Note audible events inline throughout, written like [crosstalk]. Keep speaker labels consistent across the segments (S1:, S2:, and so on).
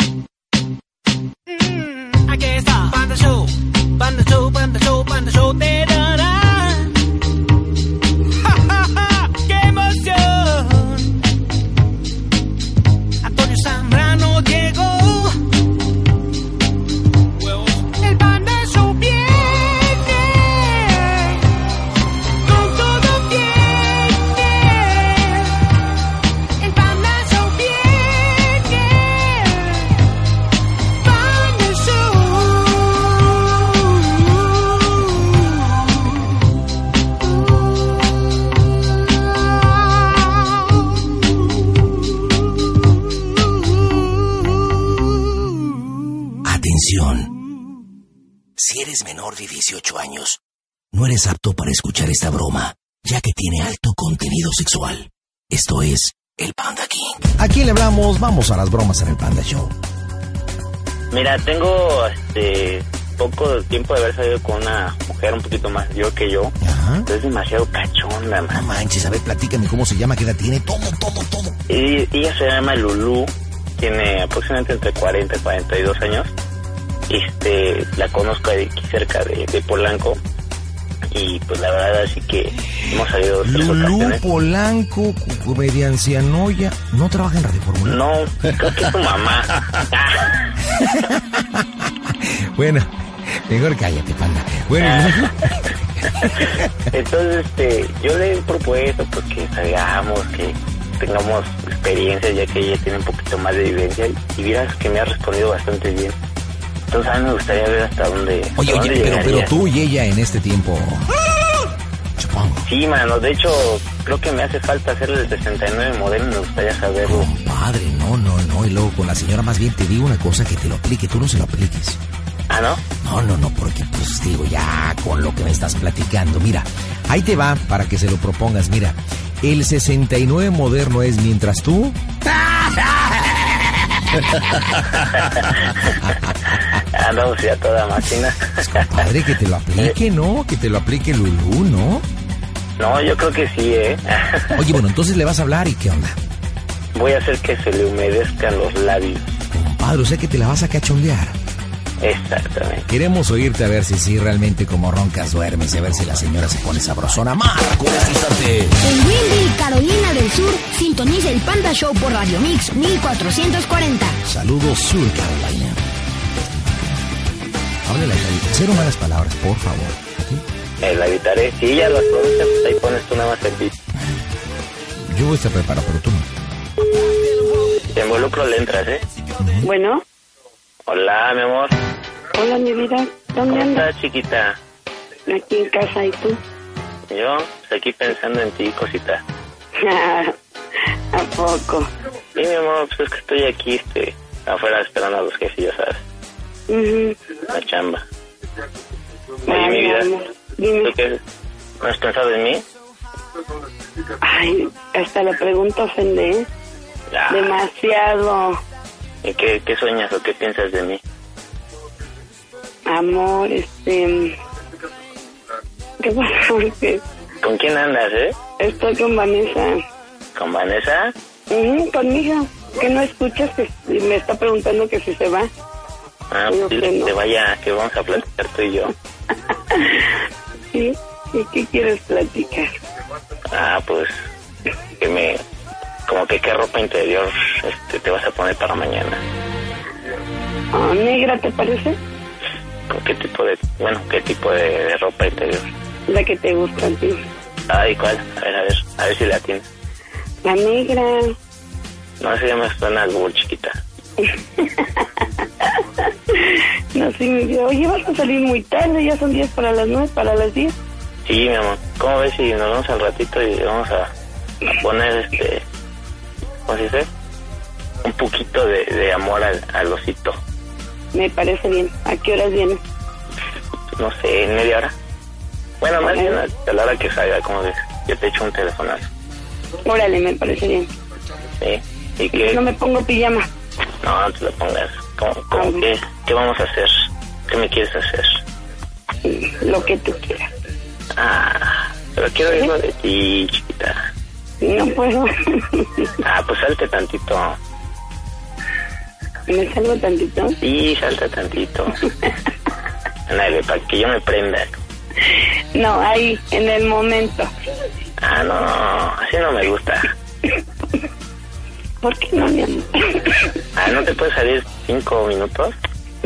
S1: Mm. panda uh, show, panda show, panda show, panda show, terará. ¡Ja, ja, ja! ¡Qué emoción! Antonio Zambrano llegó. El panda show viene. Con todo viene. El Panda Show viene. Panda Show.
S2: Atención. Si eres menor de 18 años, no eres apto para escuchar esta broma, ya que tiene alto contenido sexual. Esto es el Panda King. Aquí le hablamos, vamos a las bromas en el Panda Show.
S3: Mira, tengo este poco tiempo de haber salido con una mujer un poquito más yo que yo.
S2: Ajá.
S3: Es demasiado cachonda,
S2: No
S3: man.
S2: manches, a ver, platícame cómo se llama, qué edad tiene, todo, todo, todo.
S3: Y ella se llama Lulú, tiene aproximadamente entre 40 y 42 años. Este, la conozco de aquí cerca de, de Polanco. Y pues la verdad, así que hemos salido dos tres
S2: Lulú
S3: ocasiones.
S2: Polanco, comedia ancianoya, no trabaja en Radio Fórmula.
S3: No, creo que es su mamá.
S2: Bueno, [laughs] mejor cállate, panda. Bueno,
S3: Entonces, este, yo le he propuesto pues, que salgamos, que tengamos experiencias, ya que ella tiene un poquito más de vivencia, y vieras que me ha respondido bastante bien. Entonces, a mí me gustaría ver hasta dónde.
S2: [laughs]
S3: hasta
S2: oye,
S3: dónde
S2: oye, pero, pero
S3: llegaría.
S2: tú y ella en este tiempo. Supongo.
S3: Sí, mano, de hecho, creo que me hace falta hacerle el 69 modelo, me gustaría saberlo.
S2: Compadre, no, no, no. Y luego con la señora más bien te digo una cosa que te lo aplique, tú no se lo apliques.
S3: Ah, ¿no?
S2: No, no, no, porque pues digo, ya con lo que me estás platicando. Mira, ahí te va para que se lo propongas. Mira, el 69 moderno es mientras tú.
S3: Andamos ya toda máquina.
S2: Pues, compadre, que te lo aplique, ¿no? Que te lo aplique Lulú, ¿no?
S3: [laughs] No, yo creo que sí, ¿eh? [laughs]
S2: Oye, bueno, entonces le vas a hablar y qué onda.
S3: Voy a hacer que se le humedezcan los labios.
S2: Compadre, o sea que te la vas a cachondear.
S3: Exactamente.
S2: Queremos oírte a ver si sí realmente como roncas duermes y a ver si la señora se pone sabrosona. Marco, en este instante.
S4: En Windy, Carolina del Sur, sintoniza el Panda Show por Radio Mix 1440.
S2: Saludos, Sur Carolina. Háblale, Javi. Cero malas palabras, por favor. ¿ok?
S3: Eh, la evitaré. Si ella lo pronuncia, pues ahí pones tú nada más el beat.
S2: Yo voy a estar preparado, pero tú no.
S3: Te involucro, le entras, ¿eh?
S5: Bueno,
S3: Hola, mi amor.
S5: hola mi vida, ¿dónde
S3: ¿Cómo
S5: andas?
S3: estás, chiquita?
S5: Aquí en casa, ¿y tú? [laughs]
S3: Yo, pues aquí pensando en ti, cosita.
S5: ¿A poco?
S3: Sí, mi amor, pues es que estoy aquí, este, afuera esperando a los jefes, ya sabes,
S5: Ujú.
S3: la chamba. Oye,
S5: Ay,
S3: mi vida,
S5: amor,
S3: ¿tú
S5: Dime,
S3: qué? ¿No has pensado en mí?
S5: ay, hasta la pregunta ofende, ¿eh?
S3: Ah,
S5: Demasiado
S3: ¿Y qué, qué sueñas o qué piensas de mí?
S5: amor, este... ¿Qué [laughs] pasó? Que
S3: ¿Con quién andas, eh?
S5: Estoy con Vanessa,
S3: ¿Con Vanessa?
S5: Ujú, con mi hija, que no escuchas que si- me está preguntando que si se va.
S3: Ah, pues
S5: No,
S3: dile
S5: que
S3: que
S5: no.
S3: te vaya, que vamos a platicar tú y yo.
S5: ¿Sí? ¿Y qué quieres platicar?
S3: Ah, pues, que me... Como que qué ropa interior este, te vas a poner para mañana.
S5: Ah, negra, ¿te parece?
S3: ¿Con qué tipo de... Bueno, qué tipo de, de ropa interior?
S5: La que te gusta a ti.
S3: Ay, ¿cuál? A ver, a ver, a ver si la tienes.
S5: La negra...
S3: No se llama Stone Bull, chiquita.
S5: No, sí, me dijo, oye, vas a salir muy tarde, ya son 10 para las 9, para las 10.
S3: Sí, mi amor. ¿Cómo ves si nos vamos al ratito y vamos a, a poner este. ¿Cómo se dice? Un poquito de, de amor al, al osito.
S5: Me parece bien. ¿A qué horas vienes?
S3: No sé, en media hora. Bueno, más
S5: Ok.
S3: bien a, a la hora que salga, ¿cómo ves? Yo te echo un telefonazo.
S5: Órale, me parece bien.
S3: ¿Sí? ¿Y qué?
S5: No me pongo pijama.
S3: No, no te lo pongas. ¿Cómo, cómo
S5: Ok.
S3: qué? ¿Qué vamos a hacer? ¿Qué me quieres hacer?
S5: Lo que tú quieras.
S3: Ah, pero quiero oírlo de ti, chiquita.
S5: No puedo. [laughs]
S3: Ah, pues salte tantito.
S5: me salgo tantito. [laughs]
S3: Sí, salta tantito. Ándale, para que yo me prenda.
S5: No, ahí, en el momento.
S3: Ah, no, así no me gusta.
S5: ¿Por qué no, mi amor? [laughs]
S3: Ah, ¿no te puedes salir cinco minutos?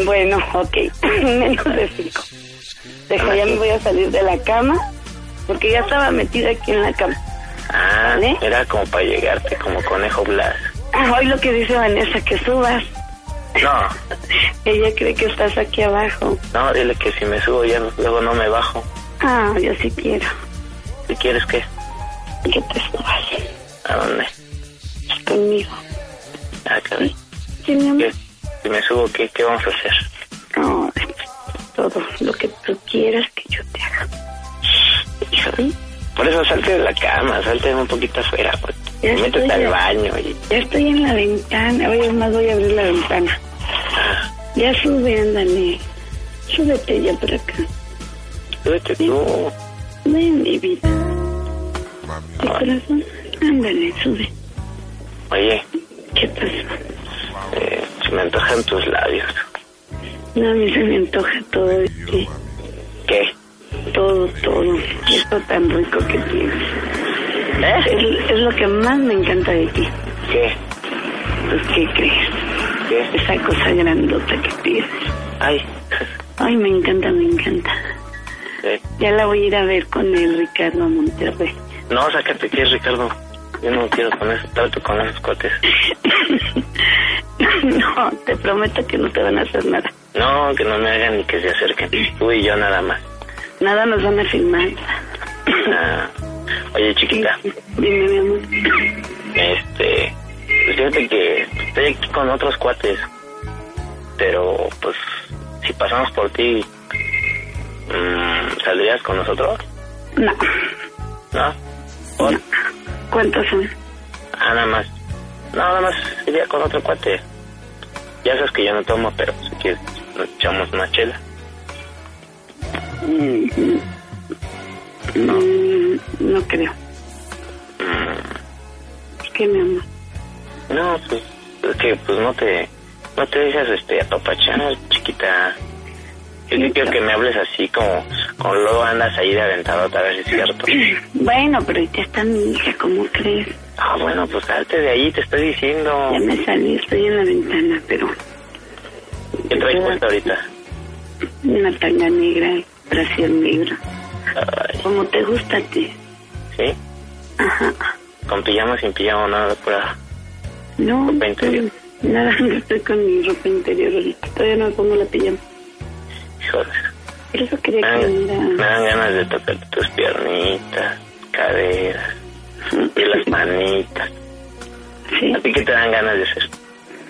S5: Bueno, ok, [laughs] menos de cinco. Dejo, ya me voy a salir de la cama, porque ya estaba metida aquí en la cama.
S3: Ah,
S5: ¿Eh?
S3: era como para llegarte, como conejo Blas.
S5: Ah, Hoy lo que dice Vanessa, que subas.
S3: No,
S5: [laughs] Ella cree que estás aquí abajo.
S3: no, dile que si me subo ya no- luego no me bajo.
S5: Ah, yo sí quiero
S3: Si quieres que,
S5: que te subas
S3: ¿a dónde?
S5: conmigo.
S3: Ah, caray.
S5: Sí, mi amor.
S3: ¿Qué? Si me subo, ¿qué, qué vamos a hacer?
S5: No, todo lo que tú quieras que yo te haga. Híjole,
S3: Por eso salte de la cama, salte un poquito afuera, pues.
S5: Ya
S3: Métete
S5: estoy
S3: al
S5: ya.
S3: baño y
S5: Ya estoy en la ventana. Oye, es más, voy a abrir la ventana. Ya sube, ándale. Súbete ya por acá.
S3: súbete tú.
S5: Ven, mi vida. Mi corazón, ándale, sube.
S3: Oye,
S5: ¿Qué pasó?
S3: eh, se me antojan tus labios.
S5: No, a mí se me antoja todo de ti.
S3: ¿Qué?
S5: Todo, todo. Esto tan rico que tienes.
S3: ¿Eh?
S5: Es, es lo que más me encanta de ti.
S3: ¿Qué?
S5: Pues, ¿qué crees?
S3: ¿Qué?
S5: Esa cosa grandota que tienes.
S3: Ay. [laughs]
S5: Ay, me encanta, me encanta.
S3: Eh,
S5: Ya la voy a ir a ver con el Ricardo a Monterrey. [laughs]
S3: No, sácate que es Ricardo. Yo no quiero con ese trato con esos cuates.
S5: no, te prometo que no te van a hacer nada.
S3: No, que no me hagan ni que se acerquen. Tú y yo nada más.
S5: Nada nos van a filmar.
S3: Ah. Oye, chiquita,
S5: Dime, mi amor.
S3: este. Pues fíjate que estoy aquí con otros cuates. Pero, pues, si pasamos por ti, mm, ¿saldrías con nosotros?
S5: No.
S3: ¿No? ¿Por?
S5: ¿Cuántos son?
S3: Ah, nada más. No, nada más iría con otro cuate. Ya sabes que yo no tomo, pero si quieres, nos echamos una chela.
S5: Mm, no creo. ¿Qué, mi amor?
S3: No, pues, es que pues no te, no te dejas este apapachar, chiquita. Yo sí quiero que me hables así como, como luego andas ahí de aventado, a ver si es cierto.
S5: Bueno, pero ahorita está mi hija, ¿cómo crees?
S3: Ah, bueno, pues salte de ahí, te estoy diciendo.
S5: Ya me salí, estoy en la ventana, pero
S3: ¿Qué traes puesto ahorita?
S5: una tanga negra, brasier negro.
S3: Ay,
S5: Como te gusta a ti.
S3: ¿Sí?
S5: Ajá.
S3: Con pijama, sin pijama, nada, pura.
S5: No,
S3: Ropa interior.
S5: no, nada, [laughs] no estoy con mi ropa interior ahorita. Todavía no me pongo la pijama.
S3: Híjole.
S5: Por eso quería
S3: Me
S5: que
S3: dan, me
S5: mira.
S3: dan ganas de tocar tus piernitas, caderas y las manitas.
S5: Sí,
S3: ¿A ti qué te dan ganas de hacer?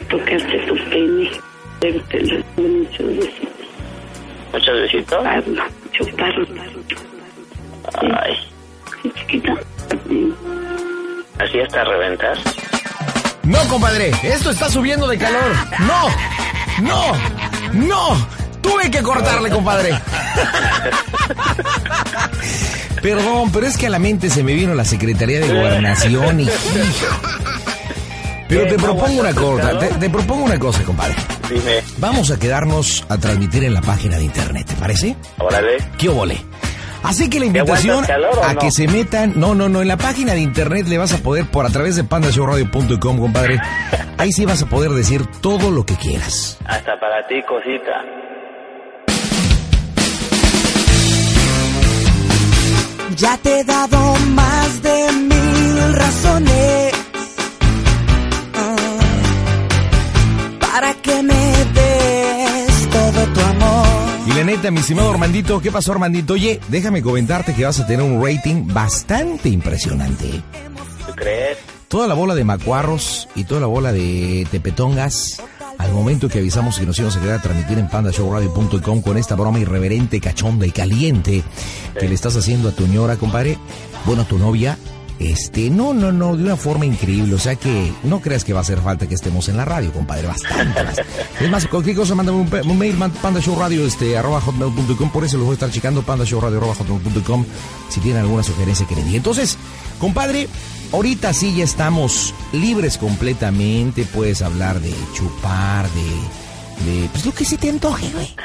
S5: tocarte tu pene. Verte los muchos besitos.
S3: ¿Muchos besitos?
S5: Chuparlo, chuparlo.
S3: Ay,
S5: Sí, chiquita.
S3: así hasta reventar.
S2: No, compadre, esto está subiendo de calor. No, no, no. Tuve que cortarle, compadre. [laughs] Perdón, pero es que a la mente se me vino la Secretaría de Gobernación y... hijo. Pero te propongo una cosa, te, te propongo una cosa, compadre.
S3: Dime,
S2: Vamos a quedarnos a transmitir en la página de internet, ¿te parece?
S3: órale.
S2: ¿Qué obole? Así que la
S3: ¿Te aguantas
S2: invitación
S3: calor o
S2: a
S3: no?
S2: que se metan, no, no, no, en la página de internet le vas a poder, por a través de pandashowradio.com, compadre, ahí sí vas a poder decir todo lo que quieras.
S3: Hasta para ti, cosita.
S6: Ya te he dado más de mil razones ah, para que me des todo tu amor.
S2: Y la neta, mi estimado Armandito, ¿qué pasó, Armandito? Oye, déjame comentarte que vas a tener un rating bastante impresionante. ¿eh?
S3: ¿Tú crees?
S2: Toda la bola de macuarros y toda la bola de tepetongas, al momento que avisamos que nos íbamos a quedar a transmitir en pandashowradio.com con esta broma irreverente, cachonda y caliente que le estás haciendo a tu ñora, compadre, bueno, a tu novia, este, no, no, no, de una forma increíble, o sea que no creas que va a hacer falta que estemos en la radio, compadre, bastante más. Es más, cualquier cosa, mándame un, pe- un mail, man- pandashowradio, este, arroba hotmail.com, por eso los voy a estar checando, pandashowradio, arroba hotmail.com, si tienen alguna sugerencia que le di. Entonces, compadre, Ahorita sí ya estamos libres completamente, puedes hablar de chupar, de, de pues lo que se te antoje, güey.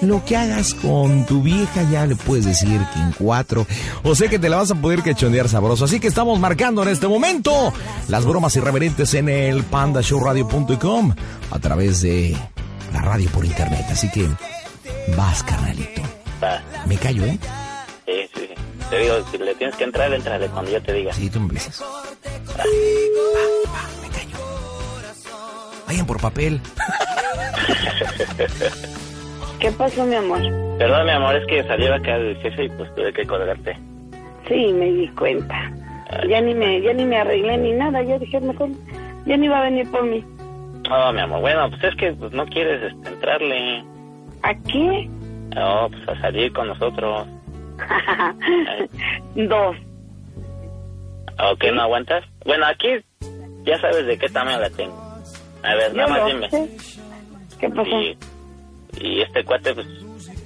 S2: Lo que hagas con tu vieja ya le puedes decir que en cuatro. O sé que te la vas a poder cachondear sabroso. Así que estamos marcando en este momento las bromas irreverentes en el pandashowradio.com a través de la radio por internet. Así que vas, carnalito.
S3: Va.
S2: Me callo, ¿eh?
S3: Sí, sí, sí. Te digo, si le tienes que entrar, entrale cuando yo te diga.
S2: Sí, tú me besas. me callo. Vayan por papel.
S5: ¿Qué pasó, mi amor?
S3: Perdón, mi amor, es que salí acá del jefe y pues tuve que colgarte.
S5: Sí, me di cuenta. Ya ni me, ya ni me arreglé ni nada. Ya dije, mejor, ya ni iba a venir por mí.
S3: No, mi amor, bueno, pues es que pues, no quieres este, entrarle.
S5: ¿A qué? [laughs]
S3: No, pues a salir con nosotros.
S5: Dos.
S3: ¿O que no aguantas? Bueno, aquí ya sabes de qué tamaño la tengo. A ver,
S5: Yo
S3: nada más
S5: lo
S3: dime.
S5: sé. ¿Qué pasó?
S3: Y, y este cuate, pues,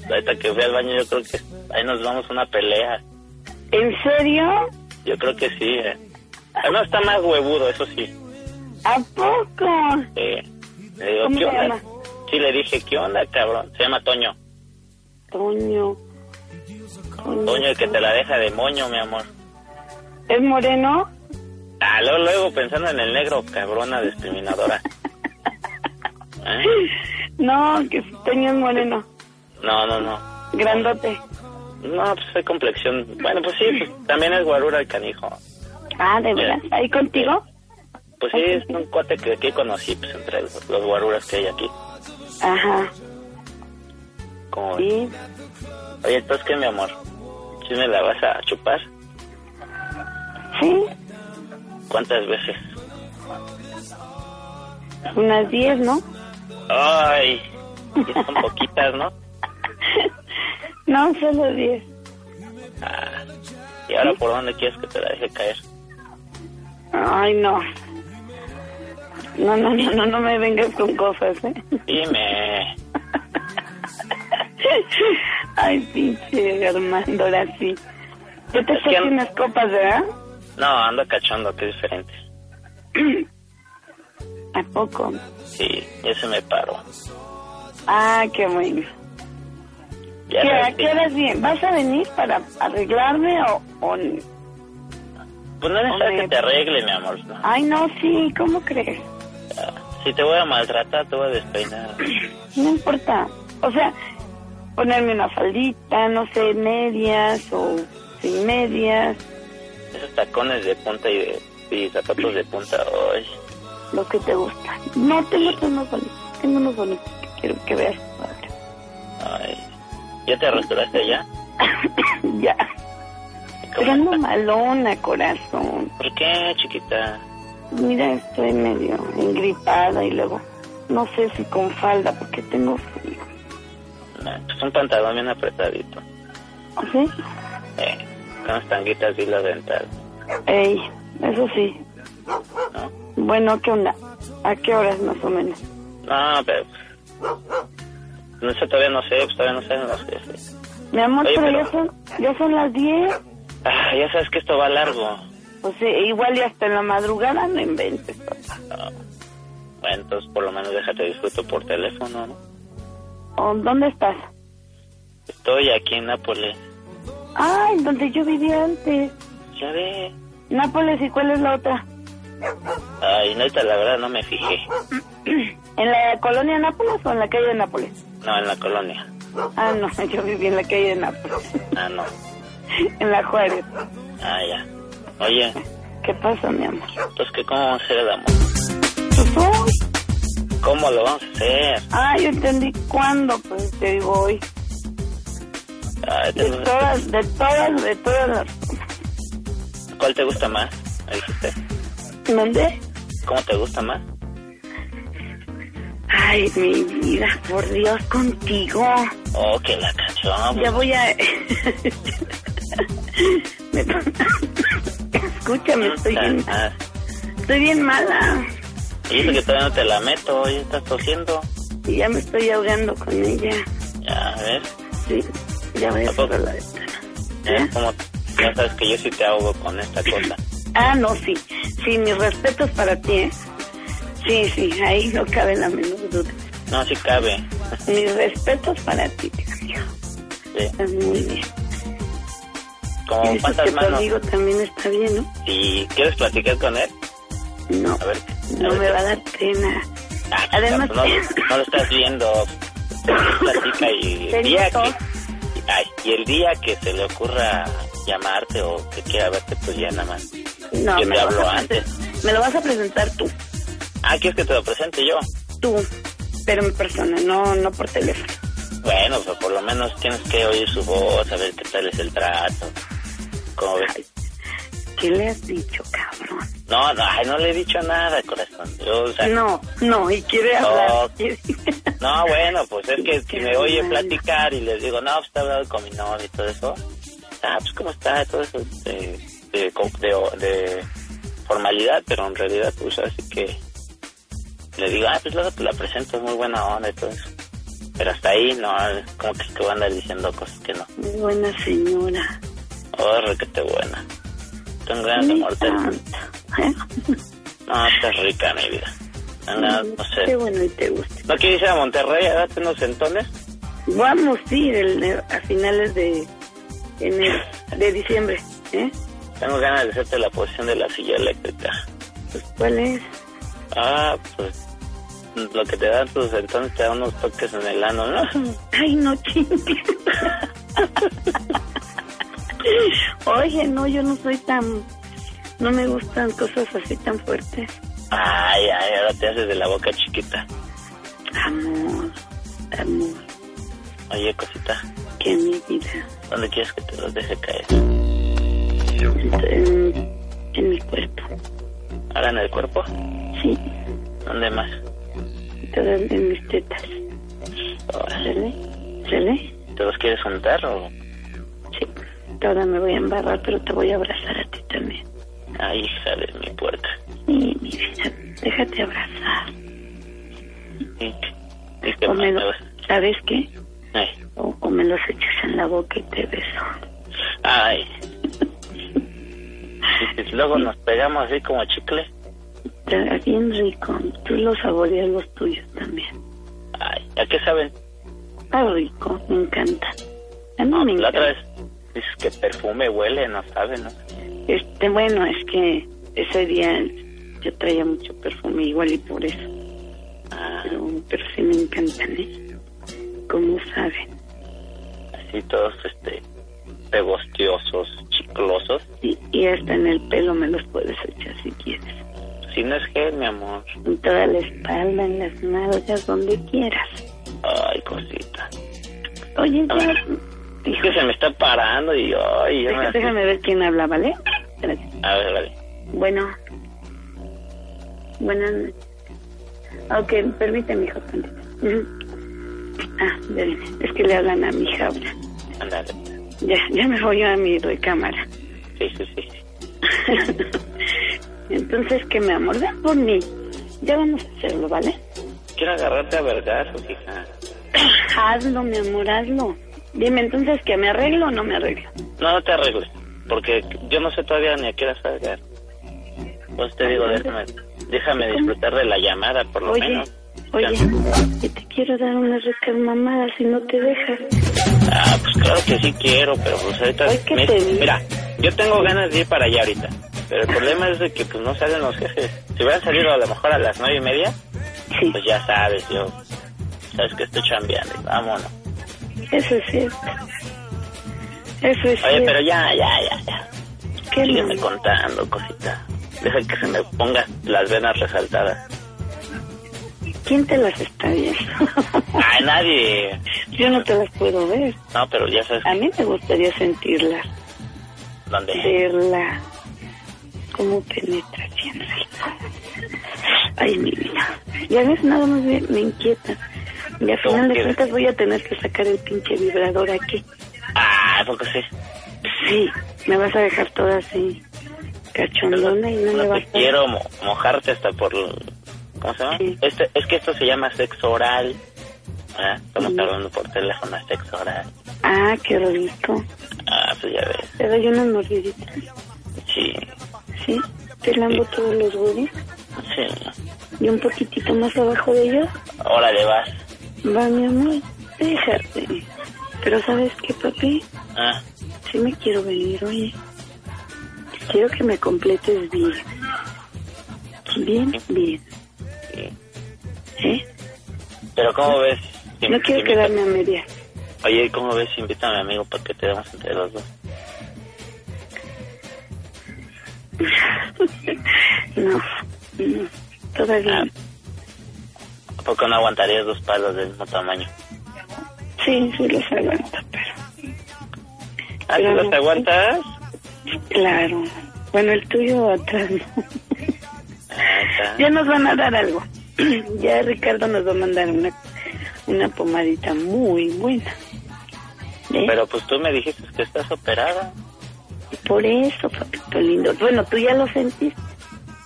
S3: ahorita que fui al baño, yo creo que ahí nos vamos a una pelea.
S5: ¿En serio?
S3: Yo creo que sí. eh. Además está más huevudo, eso sí.
S5: ¿A poco?
S3: Eh, le digo,
S5: ¿Cómo
S3: ¿qué
S5: se
S3: onda?
S5: llama?
S3: Sí, le dije, ¿qué onda, cabrón? Se llama Toño.
S5: Toño. Toño.
S3: Toño, el que te la deja de moño, mi amor.
S5: ¿Es moreno?
S3: Ah, luego, luego pensando en el negro, cabrona
S5: [laughs]
S3: discriminadora. ¿Eh?
S5: No, que Toño es moreno.
S3: No, no, no.
S5: Grandote.
S3: No, pues soy complexión. Bueno, pues sí, pues, también es guarura el canijo.
S5: Ah, ¿de verdad? ¿Ahí contigo?
S3: Pues sí, es un cuate que aquí conocí, pues entre los, los guaruras que hay aquí.
S5: Ajá.
S3: Como,
S5: Sí.
S3: Oye, entonces, ¿qué, mi amor? ¿Sí me la vas a chupar?
S5: Sí.
S3: ¿Cuántas veces?
S5: Unas 10, ¿no?
S3: Ay, sí son poquitas, ¿no?
S5: No, solo 10.
S3: ¿Y ahora por dónde quieres que te la deje caer?
S5: Ay, no. No, no, no, no, no me vengas con cosas, ¿eh? [laughs]
S3: Dime.
S5: Ay, pinche Armando, ahora sí. Yo te
S3: Es que-
S5: eché unas copas, ¿verdad?
S3: No, ando cachondo, que es diferente.
S5: ¿A poco?
S3: Sí, ya se me paró.
S5: Ah, qué bueno.
S3: Ya
S5: ¿Qué,
S3: no
S5: ¿A
S3: es
S5: qué horas bien? ¿Vas a venir para arreglarme o, o...?
S3: Pues no necesitas
S5: Hombre.
S3: que te arregle, mi amor. ¿no?
S5: Ay, no, sí, ¿cómo crees?
S3: Si te voy a maltratar, te voy a despeinar.
S5: No importa. O sea, ponerme una faldita, no sé, medias o sin medias,
S3: Esos tacones de punta y, de, y zapatos de punta, ay.
S5: lo que te gusta. No, tengo otros más bonitos. Tengo unos bonitos que quiero que veas. [coughs] padre.
S3: Ay, ¿ya te arrastraste ya?
S5: ya.
S3: ¿Cómo
S5: Pero ando
S3: estás?
S5: malona, corazón.
S3: ¿Por qué, chiquita?
S5: Mira, estoy medio engripada y luego no sé si con falda porque tengo frío.
S3: Nah, Pues un pantalón bien apretadito.
S5: ¿Ah, ¿Sí?
S3: Eh, con las tanguitas y la dental.
S5: Ey, eso sí. Bueno, ¿qué onda? ¿A qué horas más o menos?
S3: No, pero... pues, No sé, todavía no sé, pues todavía no sé, no sé. sí.
S5: Mi amor,
S3: Oye,
S5: pero,
S3: pero-
S5: Ya, son, ya son las 10.
S3: Ah, ya sabes que esto va largo.
S5: Pues sí, igual y hasta en la madrugada no inventes, papá.
S3: Bueno, entonces por lo menos déjate disfruto por teléfono, ¿no?
S5: ¿O ¿Dónde estás?
S3: Estoy aquí en Nápoles.
S5: Ay, Ah, donde yo vivía antes.
S3: Ya ve.
S5: Nápoles, ¿y cuál es la otra?
S3: Ay, neta, la verdad no me fijé.
S5: ¿En la colonia Nápoles o en la calle de Nápoles?
S3: No, en la colonia.
S5: Ah, no, [laughs] yo viví en la calle de Nápoles. [laughs]
S3: Ah, no.
S5: en la Juárez.
S3: Ah, ya. Oye,
S5: ¿Qué pasa, mi amor?
S3: entonces, ¿qué, ¿cómo vamos a hacer el amor?
S5: Pues hoy.
S3: ¿Cómo lo vamos a hacer?
S5: Ah, yo entendí cuándo, pues te digo hoy.
S3: Ay,
S5: De
S3: te-
S5: todas, de todas, de todas las...
S3: ¿Cuál te gusta más? Me dijiste.
S5: ¿Mandé?
S3: ¿Cómo te gusta más?
S5: Ay, mi vida, por Dios, contigo.
S3: Oh, que la canción.
S5: Ya voy a... [laughs] Me- [laughs] Escúchame, estoy bien,
S3: Ah,
S5: estoy bien mala.
S3: Y eso que todavía no te la meto, oye, estás tosiendo.
S5: Y ya me estoy ahogando con ella.
S3: Ya, a ver.
S5: Sí, ya voy a
S3: ¿A poco?
S5: cerrar la ventana.
S3: ¿eh? ¿Cómo? Ya sabes que yo sí te ahogo con esta cosa.
S5: Ah, no, sí. Sí, mis respetos para ti, ¿eh? Sí, sí, ahí no cabe la menor duda.
S3: No, sí cabe.
S5: Mis respetos para ti, amigo.
S3: Sí.
S5: Estás muy bien.
S3: Como
S5: Dices que
S3: cuántas
S5: tu
S3: manos.
S5: amigo también está bien, ¿no?
S3: Si quieres platicar con él,
S5: No,
S3: a ver. a
S5: no
S3: ver
S5: me
S3: qué-
S5: va a dar pena.
S3: Ah,
S5: Además-
S3: no, no lo estás
S5: [coughs]
S3: viendo. Platica y el
S5: Tenía
S3: día
S5: tos.
S3: que, ay, y el día que se le ocurra llamarte o que quiera verte, pues ya nada más.
S5: No,
S3: Yo me
S5: lo vas
S3: hablo
S5: a
S3: antes.
S5: presen- Me lo vas a presentar tú,
S3: Ah, ¿quieres que te lo presente yo?
S5: tú, pero en persona, no, no por teléfono.
S3: Bueno, pues por lo menos tienes que oír su voz, saber qué tal es el trato. ¿Cómo ves?
S5: ¿Qué le has dicho, cabrón?
S3: No, no, ay, no le he dicho nada, corazón. Yo, o sea, no.
S5: No, no, y quiere [laughs]
S3: No.
S5: hablar.
S3: bueno, pues es que si
S5: Qué
S3: me oye
S5: mal.
S3: platicar y les digo, no, pues está hablando con mi novio y todo eso. Ah, pues cómo está, todo eso de, de, co- de- de formalidad, pero en realidad, pues así que le digo, ah, pues luego te la presento, es muy buena onda y todo eso. Pero hasta ahí, no, como que te van a andar diciendo cosas que no.
S5: Muy buena señora.
S3: Oh, requete buena. Tengo ganas de
S5: Ni
S3: morder.
S5: tanta, ¿eh?
S3: No, estás rica, mi vida. Anda, no
S5: Qué
S3: sé.
S5: bueno y te gusta.
S3: ¿No quieres ir a Monterrey a darte unos centones?
S5: Vamos, sí, el- el- a finales de enero, de diciembre, ¿eh?
S3: Tengo ganas de hacerte la posición de la silla eléctrica.
S5: Pues, ¿cuál es?
S3: Ah, pues lo que te dan tus centones te dan unos toques en el ano, ¿no?
S5: Ay, no chingue. [laughs] Oye, no, yo no soy tan... No me gustan cosas así tan fuertes.
S3: Ay, ay, ahora te haces de la boca chiquita.
S5: Amor, amor,
S3: Oye, cosita,
S5: que mi vida
S3: ¿dónde quieres que te los deje caer?
S5: está en, en mi cuerpo.
S3: ¿Ahora en el cuerpo?
S5: Sí,
S3: ¿Dónde más?
S5: todas en mis tetas.
S3: Órale.
S5: ¿Sale? ¿Sale?
S3: ¿Te los quieres juntar o...?
S5: Sí. Ahora me voy a embarrar, pero te voy a abrazar a ti también.
S3: Ay, hija de mi puerta.
S5: Sí, mi vida, déjate abrazar.
S3: Es que
S5: O me
S3: me
S5: lo- ¿Sabes qué?
S3: Ay.
S5: O, o me los echas en la boca y te beso.
S3: Ay. Y si luego nos pegamos así como chicle.
S5: Está bien rico. Tú los saboreas los tuyos también.
S3: Ay, ¿a qué saben?
S5: Está rico, me encanta. A mí
S3: No, pues
S5: me
S3: la
S5: encanta.
S3: otra vez dices que perfume huele, no saben, ¿no?
S5: Este, bueno, es que ese día yo traía mucho perfume, igual y por eso.
S3: Ah,
S5: Pero, pero sí me encantan, ¿eh? Como saben.
S3: así todos, este, pegostiosos, chiclosos.
S5: Y, y hasta en el pelo me los puedes echar si quieres.
S3: Si no es gel, mi amor.
S5: En toda la espalda, en las nalgas, donde quieras.
S3: Ay, cosita.
S5: Oye,
S3: A
S5: ya.
S3: ver. Es que se me está parando y ay, ya me
S5: Deja-
S3: hace-
S5: déjame ver quién habla, ¿vale? Espérate.
S3: A ver, vale.
S5: Bueno. Buenas noches. Ok, permíteme, hijo. tantito. Ujú. Ah, ya vine. Es que le hablan a mi hija ahora.
S3: Ándale.
S5: Ya, ya me voy a mi recámara.
S3: Sí,
S5: [laughs]
S3: sí, sí.
S5: Entonces, que me amor, ven por mí. Ya vamos a hacerlo, ¿vale? [clears throat]
S3: Quiero agarrarte a vergazos, hija.
S5: hazlo, mi amor, hazlo. Dime entonces que me arreglo o no me arreglo.
S3: No, no te arregles, porque yo no sé todavía ni a qué hora salgar. Pues te digo, déjame, déjame disfrutar de la llamada, por lo
S5: Oye,
S3: menos.
S5: oye, que te quiero dar unas ricas mamadas si no te dejas.
S3: Ah, pues claro que sí quiero, pero pues ahorita...
S5: Ay, ¿qué te digo?
S3: mira, yo tengo ganas de ir para allá ahorita, pero el problema es de que pues, no salen los jefes. Si hubieran salido a lo mejor a las nueve y media,
S5: Sí,
S3: pues ya sabes, yo... Sabes que estoy chambeando, y vámonos.
S5: eso es cierto. Eso es
S3: Oye,
S5: cierto.
S3: pero ya, ya, ya, ya.
S5: ¿Qué, mi
S3: Sígueme
S5: amor?
S3: contando, cosita. Deja que se me pongan las venas resaltadas.
S5: ¿Quién te las está viendo? [laughs]
S3: Ay, nadie...
S5: Yo no te las puedo ver.
S3: No, pero ya sabes
S5: A mí me gustaría sentirlas,
S3: dónde.
S5: verlas, cómo penetra bien rico. Ay, mi vida. Ya ves, nada más me, me inquieta. Y al final de
S3: quieres?
S5: cuentas voy a tener que sacar el pinche vibrador aquí.
S3: Ah, ¿a poco sí.
S5: Sí, me vas a dejar toda así cachondona y no me
S3: No
S5: vas
S3: te
S5: a...
S3: quiero mo- mojarte hasta por. ¿Cómo se llama?
S5: Sí.
S3: Este, es que esto se llama sexo oral. Ah, estamos
S5: Sí.
S3: hablando por teléfono, es sexo oral.
S5: Ah, qué rico.
S3: Ah, pues ya ves.
S5: Te doy unas mordiditas,
S3: Sí,
S5: ¿sí? Te lambo todos los huevos
S3: sí.
S5: y un poquitito más abajo de ellos.
S3: Órale, vas.
S5: Va, mi amor, déjate. Pero ¿sabes qué, papi?
S3: Ah,
S5: Sí me quiero venir, oye. Quiero que me completes bien. Bien, bien.
S3: sí.
S5: ¿Eh?
S3: Pero ¿cómo ves? Si-
S5: No
S3: si
S5: quiero
S3: invita-
S5: quedarme a media.
S3: Oye, ¿cómo ves si invita a mi amigo para que te demos entre los dos?
S5: No, no. Todavía.
S3: Ah. ¿A poco no aguantarías dos palos del mismo tamaño?
S5: Sí, sí los aguanto, pero...
S3: Ah, ¿sí
S5: Claro.
S3: los aguantas?
S5: Claro. Bueno, el tuyo atrás no.
S3: Ah, está.
S5: Ya nos van a dar algo. [clears throat] ya Ricardo nos va a mandar una, una pomadita muy buena. ¿Eh?
S3: Pero pues tú me dijiste que estás operada.
S5: Por eso, papito lindo. Bueno, tú ya lo sentiste.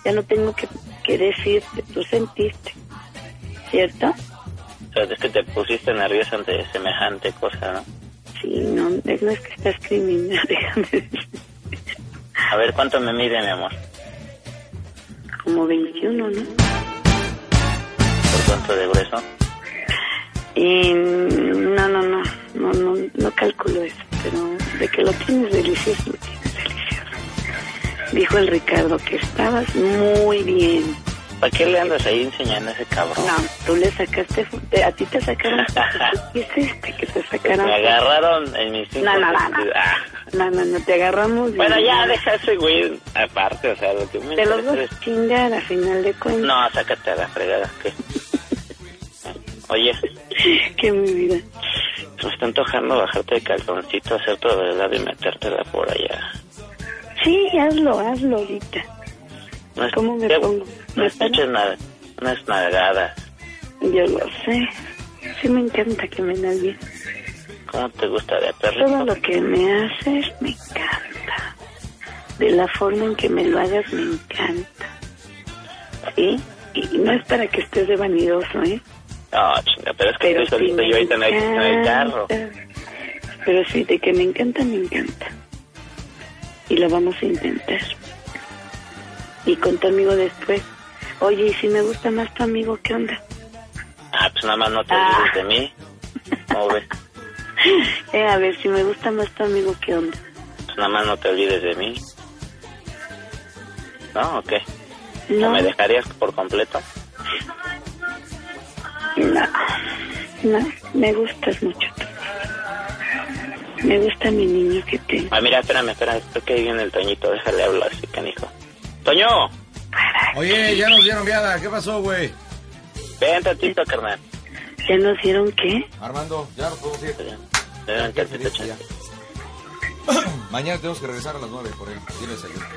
S5: Ya no tengo que, que decirte, tú sentiste. ¿Cierto?
S3: O sea, es que te pusiste nerviosa ante semejante cosa, ¿no?
S5: Sí, no, no es que estás criminal, [laughs] déjame decir.
S3: A ver, ¿cuánto me mide, mi amor?
S5: Como 21, ¿no?
S3: ¿Por cuánto de grueso?
S5: Y, no, no, no, no, no, no calculo eso, pero de que lo tienes delicioso, lo tienes delicioso. Dijo el Ricardo que estabas muy bien.
S3: ¿Para qué le andas ahí enseñando a ese cabrón?
S5: No, tú le sacaste, fu- te- a ti te sacaron,
S3: [laughs]
S5: fotos. ¿qué es este que te sacaron?
S3: Me agarraron en mis cinco
S5: No, no, no, no.
S3: sentidos. Ah.
S5: No, no, no, te agarramos. y-
S3: Bueno, ya, deja ese güey aparte, o sea, lo que me
S5: Te los
S3: interesa
S5: vas a chingar a final de
S3: es-
S5: cuentas.
S3: No, sácate a la fregada, ¿qué? [laughs] Oye,
S5: [laughs] Que mi vida.
S3: me está antojando bajarte de calzoncito, hacer todo de lado y metértela por allá.
S5: Sí, hazlo, hazlo ahorita.
S3: No es-
S5: ¿Cómo me
S3: ¿qué?
S5: pongo?
S3: No
S5: ¿Me
S3: es
S5: paro?
S3: pinches nada, no es nalgada.
S5: Yo lo sé. Sí me encanta que me nalguen.
S3: ¿Cómo te gusta de
S5: Todo
S3: perrito?
S5: lo que me haces me encanta. De la forma en que me lo hagas me encanta. ¿Sí? Y no es para que estés de vanidoso, ¿eh?
S3: No, Ah, chinga, pero es que
S5: Pero
S3: estoy
S5: sí
S3: solito
S5: me
S3: yo ahorita en el, en el carro.
S5: encanta. Pero sí, de que me encanta, me encanta. Y lo vamos a intentar. Y con tu amigo después. Oye, y si me gusta más tu amigo, ¿qué onda?
S3: Ah, pues nada más no te
S5: Ah.
S3: olvides de mí. ¿Cómo ves?
S5: Eh, a ver, si me gusta más tu amigo, ¿qué onda?
S3: Pues nada más no te olvides de mí. ¿No? ¿O qué? ¿O
S5: No,
S3: me dejarías por completo?
S5: no, no, me gustas mucho. tú. Me gusta mi niño que tengo.
S3: Ah, mira, espérame, espérame, creo que ahí viene el Toñito, déjale hablar, sí, canijo. ¡Toño!
S2: Oye, ya nos dieron viada. ¿Qué pasó, güey?
S3: Ven tantito, carnal.
S5: ¿Ya nos dieron qué?
S2: Armando, ya nos podemos ir.
S3: Ven
S2: Ya
S3: tantito,
S2: saliste
S3: chance.
S2: ya. Mañana tenemos que regresar a las 9 por ahí. Tienes ayuda.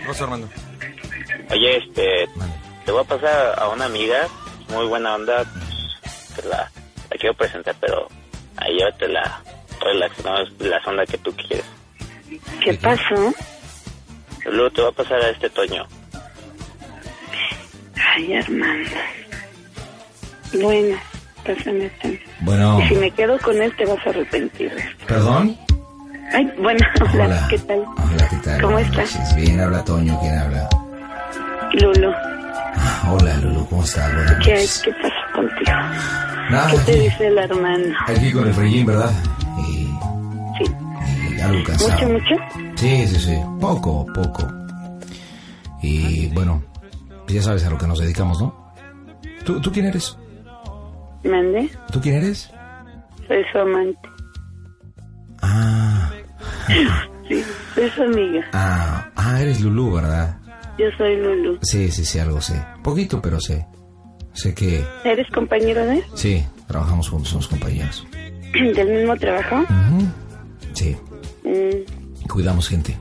S2: Vamos, Armando.
S3: Oye, este, te voy a pasar a una amiga, muy buena onda, pues, te la, la quiero presentar, pero ahí yo te la relax, no es la sonda que tú quieres.
S5: ¿Qué pasó?
S3: Luego te voy a pasar a este Toño.
S5: Ay, Armando. Bueno, pásame también.
S2: Bueno,
S5: Y si me quedo con él, te vas a arrepentir.
S2: perdón.
S5: Ay, bueno, [laughs] hola, ¿qué tal?
S2: Hola, ¿qué tal?
S5: ¿Cómo
S2: Buenas
S5: estás?
S2: noches. Bien, habla Toño. ¿Quién habla?
S5: Lulu,
S2: Ah, Hola, Lulu. ¿Cómo estás? Buenas
S5: ¿qué, hay?
S2: noches.
S5: ¿qué pasa contigo?
S2: Nada,
S5: ¿Qué te
S2: aquí,
S5: dice el hermano?
S2: aquí con el frellín, ¿verdad? Y,
S5: Sí.
S2: y algo
S5: ¿Mucho,
S2: cansado.
S5: mucho?
S2: Sí, sí, sí. Poco, poco. Y bueno, pues ya sabes a lo que nos dedicamos, ¿no? ¿Tú, tú quién eres?
S5: ¿Mande?
S2: ¿Tú quién eres?
S5: Soy su amante.
S2: Ah,
S5: Sí, soy su amiga.
S2: ah, ah, eres Lulú, ¿verdad?
S5: Yo soy Lulu.
S2: Sí, sí, sí, algo sé. Poquito, pero sé. Sé que,
S5: ¿Eres compañero de
S2: sí, trabajamos juntos, somos compañeros.
S5: [clears throat] del mismo trabajo?
S2: Ujú. Sí,
S5: Mm,
S2: cuidamos gente.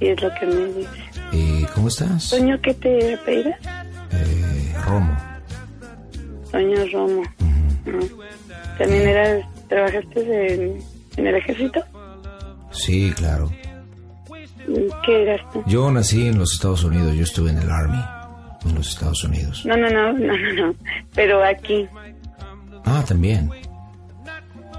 S5: sí, es lo que me dice.
S2: ¿Y cómo estás?
S5: Toño, ¿qué te apellidas?
S2: Eh, Romo.
S5: Toño Romo. Ah. ¿También eras, trabajaste en, en el ejército?
S2: Sí, claro.
S5: Mm, ¿Qué eras tú?
S2: Yo nací en los Estados Unidos, yo estuve en el Army, en los Estados Unidos.
S5: No, no, no, no, no, no. Pero aquí.
S2: Ah, también.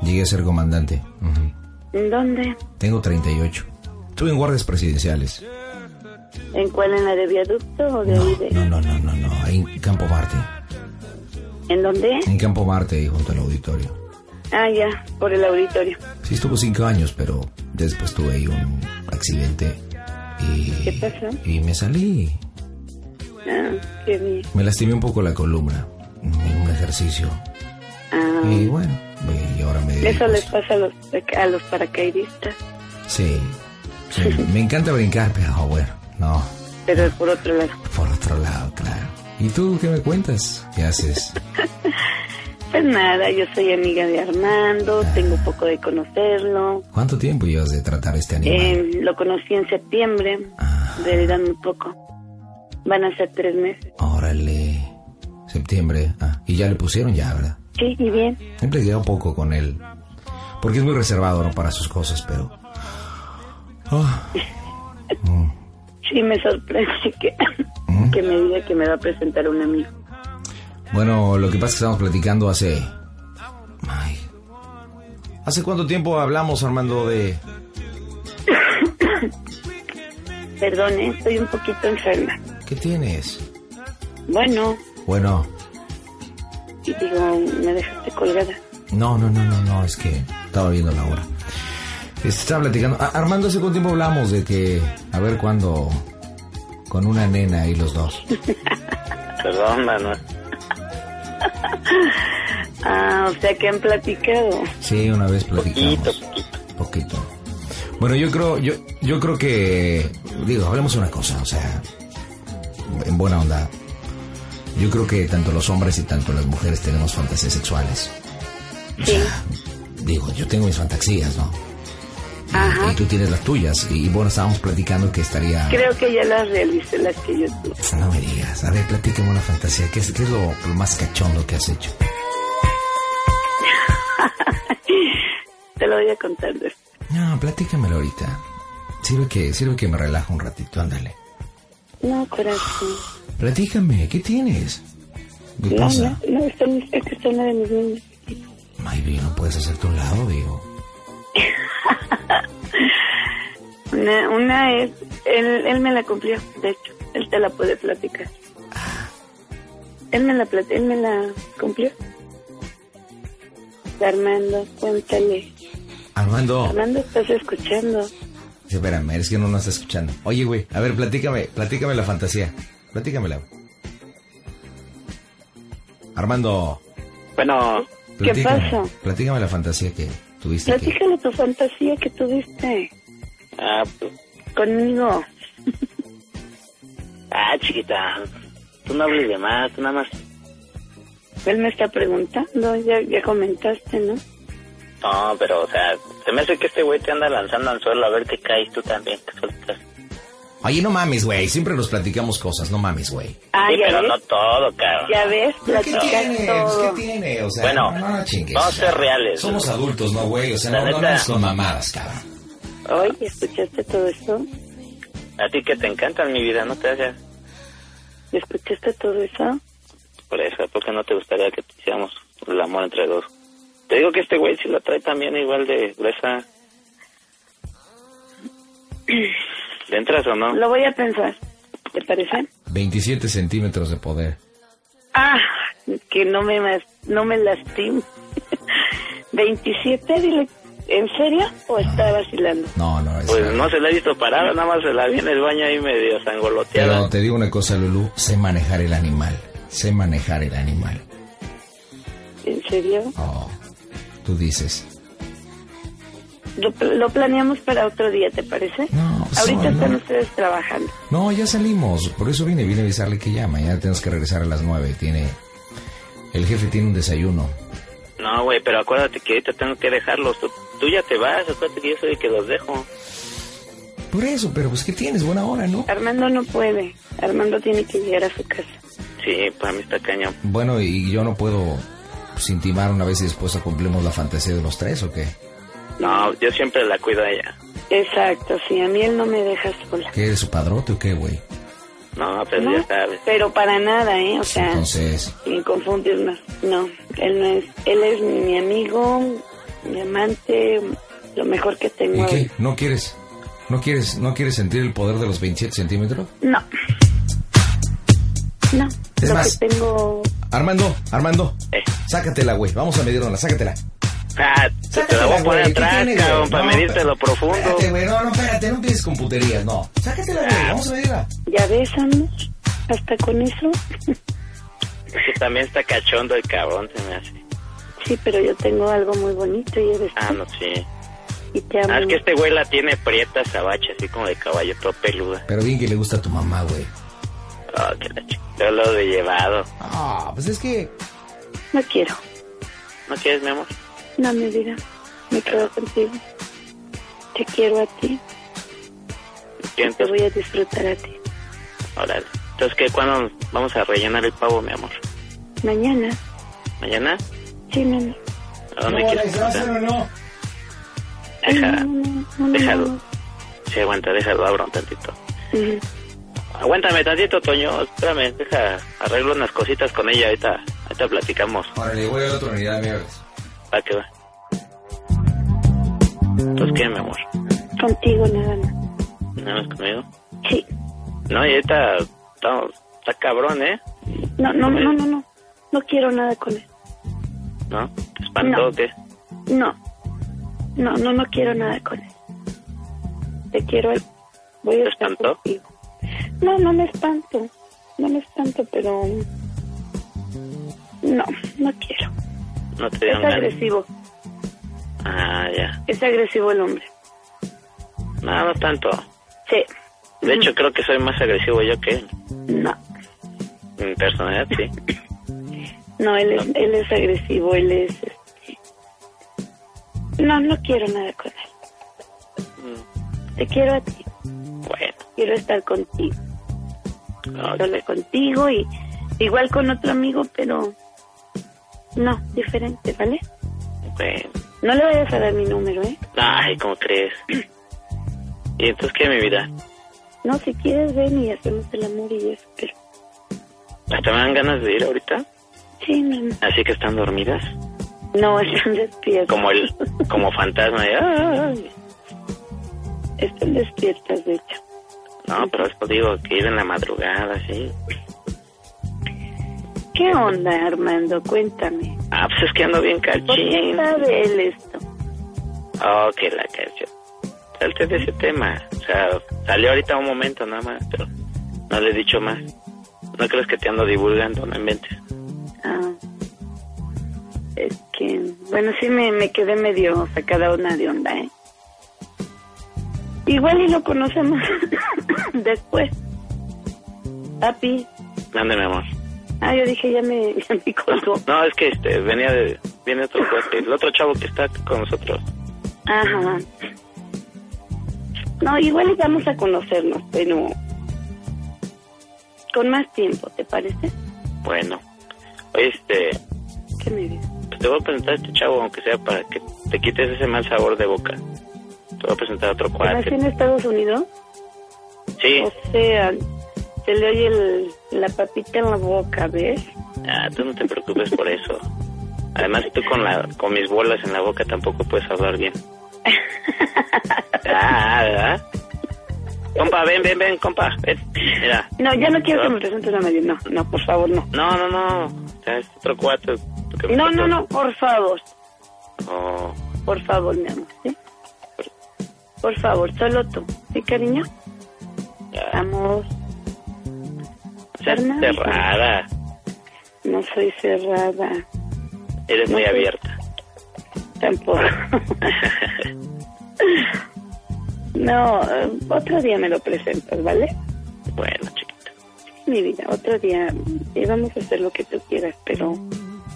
S2: Llegué a ser comandante. Ujú.
S5: ¿En dónde?
S2: Tengo 38. Estuve en guardias presidenciales.
S5: ¿En cuál? ¿En la de viaducto o de
S2: No,
S5: ahí de-
S2: no, no, no, no, no. Ahí en Campo Marte.
S5: ¿En dónde?
S2: En Campo Marte, ahí junto al auditorio.
S5: Ah, ya, por el auditorio.
S2: Sí, estuvo cinco años, pero después tuve ahí un accidente y,
S5: ¿Qué pasó?
S2: y me salí.
S5: Ah, qué bien.
S2: Me lastimé un poco la columna en un ejercicio.
S5: Ah,
S2: Y bueno, y ahora me dedico
S5: eso
S2: a
S5: les pasa a los, a los paracaidistas.
S2: Sí,
S5: [laughs]
S2: sí. me encanta brincar, pero oh, bueno, no,
S5: Pero por otro lado.
S2: por otro lado, claro. ¿Y tú qué me cuentas? ¿Qué haces?
S5: Pues nada, yo soy amiga de Armando, tengo un poco de conocerlo.
S2: ¿Cuánto tiempo llevas de tratar este animal?
S5: Eh, lo conocí en septiembre,
S2: Ah.
S5: en realidad muy poco. Van a ser tres meses.
S2: Órale, septiembre. Ah, y ya le pusieron ya, ¿verdad?
S5: Sí, y bien.
S2: Siempre queda un poco con él. Porque es muy reservado ¿no? para sus cosas, pero... Ah,
S5: Sí, me sorprende que, que me diga que me va a presentar un amigo.
S2: Bueno, lo que pasa es que estamos platicando hace... Ay. ¿Hace cuánto tiempo hablamos, Armando, de...
S5: Perdón, eh, estoy un poquito enferma.
S2: ¿Qué tienes?
S5: Bueno,
S2: Bueno,
S5: y digo, me dejaste colgada.
S2: No, no, no, no, no, es que estaba viendo la hora. Estaba platicando. Ah, Armando, hace cuánto tiempo hablamos de que. A ver cuándo. Con una nena y los dos.
S3: Perdón, Manuel.
S5: Ah, o sea que han platicado.
S2: Sí, una vez
S3: Poquito,
S2: platicamos.
S3: poquito.
S2: Poquito. Bueno, yo creo, yo, yo creo que. Digo, hablemos una cosa, o sea. En buena onda. Yo creo que tanto los hombres y tanto las mujeres tenemos fantasías sexuales.
S5: Sí,
S2: Digo, yo tengo mis fantasías, ¿no? Y-
S5: Ajá.
S2: Y tú tienes las tuyas. Y bueno, estábamos platicando que estaría.
S5: creo que ya las realicé las que yo tuve.
S2: No me digas. A ver, platícame una fantasía. ¿Qué es, qué es lo, lo más cachondo que has hecho?
S5: Te lo voy a contar después.
S2: No, platícamelo ahorita. Sirve que, sirve que me relajo un ratito, ándale.
S5: No, corazón.
S2: Platícame, ¿qué tienes? ¿Qué
S5: No, no,
S2: pasa?
S5: no, son, es que son la de mis niños.
S2: Maybe no puedes hacerte a un lado, digo.
S5: Una, una es, él, él me la cumplió, de hecho, él te la puede platicar. Él me la, plat- él me la cumplió. Armando, cuéntale.
S2: Armando,
S5: Armando, estás escuchando.
S2: espérame, es que no nos está escuchando. Oye, güey, a ver, platícame, platícame la fantasía. Platícamela. Armando,
S3: Bueno,
S2: platícame,
S5: pasó?
S2: platícame la fantasía que tuviste. que-
S5: Platícale tu fantasía que tuviste
S3: ah, pues,
S5: conmigo.
S3: ah, chiquita. Tú no hables de más, tú nada más.
S5: Él me está preguntando, ya, ya comentaste, ¿no?
S3: No, pero, o sea, se me hace que este güey te anda lanzando anzuelo a ver qué caes tú también, te sueltas.
S2: Oye, no mames, güey, siempre nos platicamos cosas, no mames, güey.
S5: Ah,
S3: sí,
S5: ya
S3: pero
S5: ves,
S3: no todo, cabrón.
S5: ya ves,
S2: ¿Pero ¿Qué
S5: platicas
S2: tiene?
S5: todo.
S2: ¿Qué tiene? O sea,
S3: Bueno,
S2: no, no chingues.
S3: vamos a ser reales.
S2: Somos adultos, ¿no, güey? O sea, no,
S3: La
S2: no
S3: neta.
S2: andes con mamadas, cabrón.
S5: Oye, ¿escuchaste todo eso?
S3: A ti que te encantan mi vida, no te hagas.
S5: ¿Escuchaste todo eso?
S3: Por eso, ¿por qué no te gustaría que hiciéramos el amor entre dos? Te digo que este güey sí la trae también igual de gruesa. ¿Le entras o no?
S5: Lo voy a pensar. ¿Te parece?
S2: 27 centímetros de poder.
S5: Ah, que no me mas- no me lastime. [laughs] 27, dile, ¿en serio? ¿O está vacilando?
S2: No, no, es.
S3: Pues no se la he visto parada, nada más se la vi en el baño ahí medio
S2: Pero
S3: sangoloteada.
S2: te digo una cosa, Lulú. Sé manejar el animal. Sé manejar el animal.
S5: ¿En serio?
S2: Oh, tú dices.
S5: Lo, pl- lo planeamos para otro día, ¿te parece?
S2: No, pues,
S5: Ahorita
S2: no,
S5: están
S2: no.
S5: ustedes trabajando.
S2: No, ya salimos. Por eso vine, vine a avisarle que ya. Mañana tenemos que regresar a las 9. Tiene. El jefe tiene un desayuno.
S3: No, güey, pero acuérdate que ahorita tengo que dejarlos. Tú, tú ya te vas, acuérdate que yo soy el que los dejo.
S2: Por eso, pero pues, ¿qué tienes? Buena hora, ¿no?
S5: Armando no puede. Armando tiene que llegar a su casa.
S3: Sí, para mí está cañón.
S2: Bueno, y yo no puedo pues, intimar una vez y después cumplimos la fantasía de los tres, ¿o qué?
S3: No, yo siempre la cuido a ella.
S5: Exacto, sí, a mí él no me deja sola.
S2: ¿Qué eres su padrote o qué, güey?
S3: No, pues
S5: ¿No?
S3: ya sabes.
S5: Pero para nada, ¿eh? O sea,
S2: Entonces,
S5: sin confundirnos. No, él no es. Él es mi amigo, mi amante, lo mejor que
S2: ¿y
S5: tengo.
S2: qué? ¿No quieres? ¿No quieres, no quieres sentir el poder de los 27 centímetros?
S5: No. No.
S2: Es
S5: lo
S2: más-
S5: que tengo
S2: Armando, Armando,
S3: Eh.
S2: sácatela, güey. Vamos a medirnosla, sácatela.
S3: Ah, te, te la voy a poner
S2: güey. ¿Qué
S3: atrás,
S2: tienes, güey?
S3: cabrón, para
S2: No, pues,
S3: medirte lo profundo.
S2: Espérate, güey. No, no, espérate, no empieces con puterías, no. Sácatela, güey. Vamos a medirla.
S5: ¿Ya ves, amor? ¿Hasta con eso?
S3: Es que también está cachondo el cabrón, se me hace.
S5: Sí, pero yo tengo algo muy bonito y eres
S3: Ah,
S5: tú.
S3: no, sí.
S5: Y te amo.
S3: Ah, es que este güey la tiene prieta, sabache, así como de caballo, todo peluda.
S2: Pero bien que le gusta a tu mamá, güey.
S3: Ah, que la ch- Yo lo de llevado.
S2: Ah, pues es que.
S5: No quiero.
S3: ¿No quieres, mi amor?
S5: No, mi vida. Me quedo contigo. Te quiero a ti.
S3: ¿Qué,
S5: Te
S3: entonces?
S5: voy a disfrutar a ti.
S3: Órale. Entonces, ¿qué? ¿Cuándo vamos a rellenar el pavo, mi amor?
S5: Mañana.
S3: ¿Mañana?
S5: Sí, mi amor.
S3: ¿A dónde quieres?
S2: ¿se va a hacer o no?
S5: Ay, no,
S3: Deja,
S5: no, no, no,
S3: déjalo.
S5: no.
S3: Sí, aguanta, déjalo, abro un tantito.
S5: Ujú.
S3: Aguántame tantito, Toño. Espérame, deja, arreglo unas cositas con ella. Ahorita, ahorita platicamos.
S2: Órale, voy a la otra unidad, me ves.
S3: Va que va. Entonces, ¿qué, mi amor?
S5: Contigo nada más.
S3: ¿Nada más conmigo?
S5: Sí.
S3: No, y ahorita está, está cabrón, ¿eh?
S5: No, no, no, no, no. No quiero nada con él.
S3: ¿No? Te espantó,
S5: No.
S3: o ¿qué?
S5: No. No, no, no quiero nada con él. Te quiero. al- Voy
S3: ¿Te
S5: a estar
S3: espantó?
S5: contigo. No, no me espanto. No me espanto, pero. No, no quiero.
S3: No te
S5: Es
S3: dieron ganas.
S5: agresivo.
S3: Ah, ya.
S5: Es agresivo el hombre.
S3: No, no tanto.
S5: Sí.
S3: De hecho, creo que soy más agresivo yo que él.
S5: No.
S3: Mi Mm, personalidad, sí.
S5: No, él es, él es agresivo. Él es. este, No, no quiero nada con él.
S3: Mm.
S5: Te quiero a ti.
S3: Bueno,
S5: Quiero estar contigo.
S3: no,
S5: solo contigo y igual con otro amigo, pero no, diferente, ¿vale?
S3: bueno.
S5: No le vayas a dar mi número, ¿eh?
S3: Ay, ¿cómo crees? ¿Y entonces qué, mi vida?
S5: No, si quieres ven y hacemos el amor y eso, pero
S3: ¿Hasta me dan ganas de ir ahorita?
S5: sí, mi amor.
S3: Así que están dormidas.
S5: No, [laughs] están despiertas.
S3: Como el, como fantasma. de, "Ah".
S5: Están despiertas, de hecho.
S3: No, pero es que digo que ir en la madrugada, sí.
S5: ¿Qué onda, Armando? Cuéntame.
S3: Ah, pues es que ando bien
S5: ¿Por qué
S3: cachín.
S5: sabe él esto?
S3: Oh, que la canción. Salte de ese tema. O sea, salió ahorita un momento nada más, pero no le he dicho más. No crees que te ando divulgando, no inventes.
S5: Ah, es que, bueno, sí me, me quedé medio sacada una de onda, ¿eh? Igual y lo conocemos [laughs] después. Papi.
S3: Mande, mi amor.
S5: Ah, yo dije, ya me, [laughs] ya me colgó.
S3: No, es que este, venía de, viene otro cuate, el otro chavo que está con nosotros.
S5: Ajá. No, igual y vamos a conocernos, pero con más tiempo, ¿te parece?
S3: Bueno, oye, este,
S5: ¿Qué me dices?
S3: pues te voy a presentar a este chavo, aunque sea para que te quites ese mal sabor de boca. Te voy a presentar a otro
S5: ¿Nació en
S3: cuate.
S5: Estados Unidos?
S3: Sí,
S5: O sea, se le oye el- la papita en la boca, ¿ves?
S3: ah, tú no te preocupes por eso. Además, tú con, la, con mis bolas en la boca tampoco puedes hablar
S5: [laughs]
S3: bien. Ah, ¿verdad? Compa, ven, ven, ven, compa, ven. Mira,
S5: No, ya no quiero que me presentes a nadie. No, no, por favor, no.
S3: no, no, no, o sea, es otro cuate. que me
S5: No,
S3: tocó.
S5: no, no, por favor.
S3: Oh,
S5: Por favor, mi amor, ¿sí? Por favor, solo tú. ¿Sí, cariño?
S3: ya.
S5: Amor,
S3: Seas
S5: Fernando.
S3: cerrada,
S5: no soy cerrada.
S3: eres muy
S5: No sé.
S3: abierta.
S5: Tampoco. [laughs] no, eh, otro día me lo presentas, ¿vale?
S3: Bueno, chiquita.
S5: Mi vida, otro día. Y vamos a hacer lo que tú quieras, pero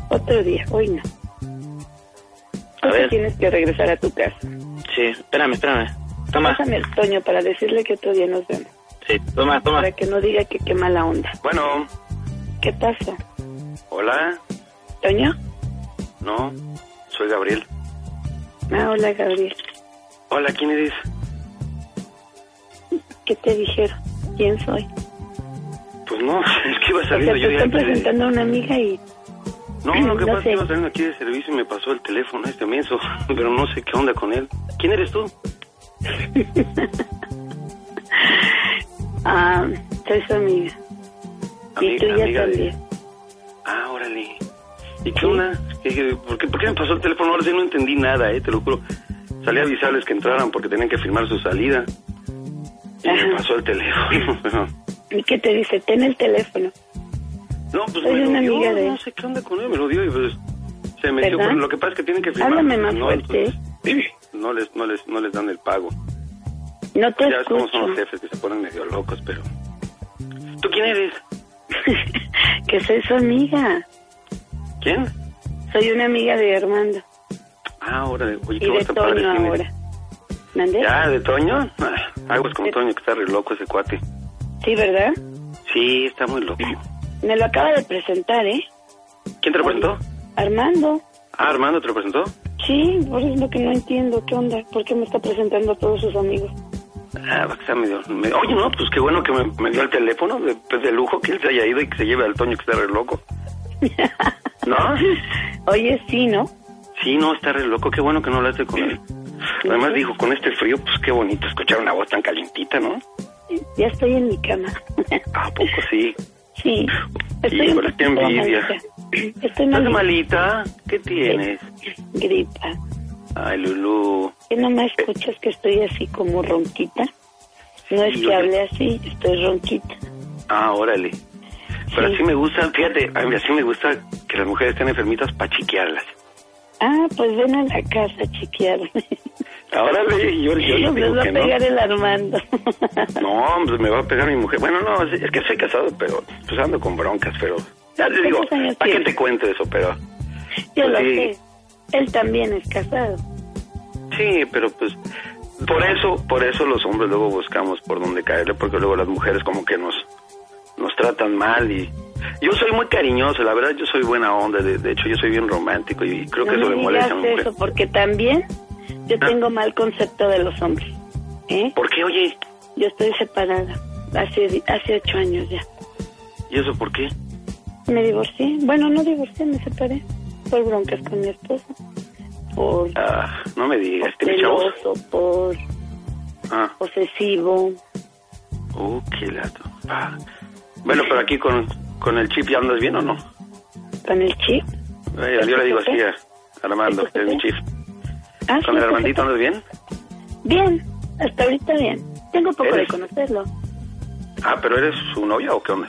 S5: otro día, hoy no.
S3: A
S5: Tú te
S3: ver.
S5: tienes que regresar a tu casa.
S3: Sí, espérame, espérame. Toma.
S5: Pásame el Toño para decirle que otro día nos vemos.
S3: Sí, toma, toma.
S5: Para que no diga que qué mala onda.
S3: Bueno,
S5: ¿Qué pasa?
S3: hola.
S5: ¿Toño?
S3: No, soy Gabriel.
S5: Ah, hola, Gabriel.
S3: Hola, ¿quién eres?
S5: ¿Qué te dijeron? ¿Quién soy?
S3: Pues no, [laughs] es que iba
S5: O sea,
S3: saliendo yo
S5: te
S3: de
S5: están
S3: aquí de-
S5: presentando a una amiga y...
S3: No, lo que
S5: no
S3: pasa es que
S5: sé.
S3: iba saliendo aquí de servicio y me pasó el teléfono este menso, [laughs] pero no sé qué onda con él. ¿Quién eres tú?
S5: Ah, soy su amiga. y
S3: Ami-
S5: ah, tú ya
S3: amiga de-
S5: también.
S7: Ah, órale. ¿Y qué una? Dije, ¿Por qué, ¿Por qué me pasó el teléfono? Ahora sí no entendí nada, eh, te lo juro. Salí a avisarles que entraran porque tenían que firmar su salida. Y me pasó el teléfono. [laughs]
S5: ¿Y qué te dice? Ten el teléfono.
S7: No, pues
S5: Soy
S7: me
S5: una
S7: lo dio,
S5: amiga de-
S7: no sé qué onda con él, me lo dio y pues se metió.
S5: ¿Verdad?
S7: Pero lo que pasa es que tienen que firmar.
S5: Háblame más
S7: ¿no?
S5: fuerte.
S7: Entonces, no les, no les, no les dan el pago.
S5: No te
S7: ya ves cómo son los
S5: escucho.
S7: jefes que se ponen medio locos, pero. ¿Tú quién eres?
S5: [laughs] que soy su amiga.
S7: ¿Quién?
S5: Soy una amiga de Armando
S7: Ah, órale, oye, qué
S5: y de
S7: voz tan padre
S5: Toño
S7: tienes.
S5: ahora. ¿Mandé?
S7: ¿Ya, de Toño? Ah, algo es con Toño que está re loco ese cuate.
S5: Sí, ¿verdad?
S7: Sí, está muy loco.
S5: Me lo acaba de presentar, ¿eh?
S7: ¿Quién te lo presentó?
S5: Armando.
S7: Ah, Armando te lo presentó.
S5: Sí, por eso es lo que no entiendo. ¿Qué onda? ¿Por qué me está presentando a todos sus amigos?
S7: Ah, va que está medio, medio- Oye, no, pues qué bueno que me, me dio el teléfono. de- Pues de lujo que él se haya ido y que se lleve al Toño que está re [laughs] loco. ¿No?
S5: Oye, sí, ¿no?
S7: Sí, no, está re loco. Qué bueno que no hablaste con él. Además dijo, con este frío, pues qué bonito escuchar una voz tan calientita, ¿no?
S5: Ya estoy en mi cama. [laughs]
S7: ¿A poco sí?
S5: sí. Estoy un
S7: Híjole, qué
S5: poquito
S7: envidia.
S5: malita. Estoy
S7: ¿Estás
S5: malita.
S7: malita? ¿Qué tienes?
S5: Gripa.
S7: Ay, Eh, Lulú.
S5: ¿Qué no me escuchas que estoy así como ronquita? No es
S7: Sí,
S5: que
S7: oye.
S5: hable así, estoy ronquita.
S7: Ah, órale. Pero
S5: Sí.
S7: así me gusta, fíjate, a mí así me gusta que las mujeres estén enfermitas para chiquearlas.
S5: Ah, pues ven a la casa a chequearme.
S7: Órale, yo, yo
S5: [laughs]
S7: no
S5: Les
S7: digo
S5: va a
S7: que no.
S5: pegar el Armando. [laughs]
S7: No, pues me va a pegar mi mujer. Bueno, no, es es que soy casado, pero pues ando con broncas, pero... Ya te digo,
S5: ¿Cuántos años
S7: ¿para qué
S5: tienes?
S7: te cuento eso? Pero
S5: Yo lo
S7: Sí.
S5: sé. Él también es casado.
S7: sí, pero pues... Por eso, por eso los hombres luego buscamos por dónde caerle, porque luego las mujeres como que nos nos tratan mal y... Yo soy muy cariñoso, la verdad yo soy buena onda, de, de hecho yo soy bien romántico y creo
S5: no
S7: que eso
S5: me
S7: le molesta a mi
S5: digas
S7: mujer.
S5: eso, porque también yo
S7: Ah.
S5: tengo mal concepto de los hombres. ¿eh?
S7: ¿Por qué, oye?
S5: Yo estoy separada hace, hace ocho años ya.
S7: ¿Y eso por qué?
S5: Me divorcié. Bueno, no divorcié, me separé. Por broncas con mi esposa. Por
S7: Ah, no me digas, ¿tiene chavos?
S5: celoso, por
S7: Ah,
S5: posesivo.
S7: uh, qué lato. Ah. Bueno, pero aquí con, con el chip ya andas bien o no?
S5: Con el chip.
S7: Eh, yo le digo así a Armando, que es mi chip.
S5: Ah, sí,
S7: ¿Con el
S5: perfecto.
S7: Armandito andas bien?
S5: Bien, hasta ahorita bien. Tengo poco de
S7: ¿Eres?
S5: conocerlo.
S7: Ah, pero eres su novia o qué onda?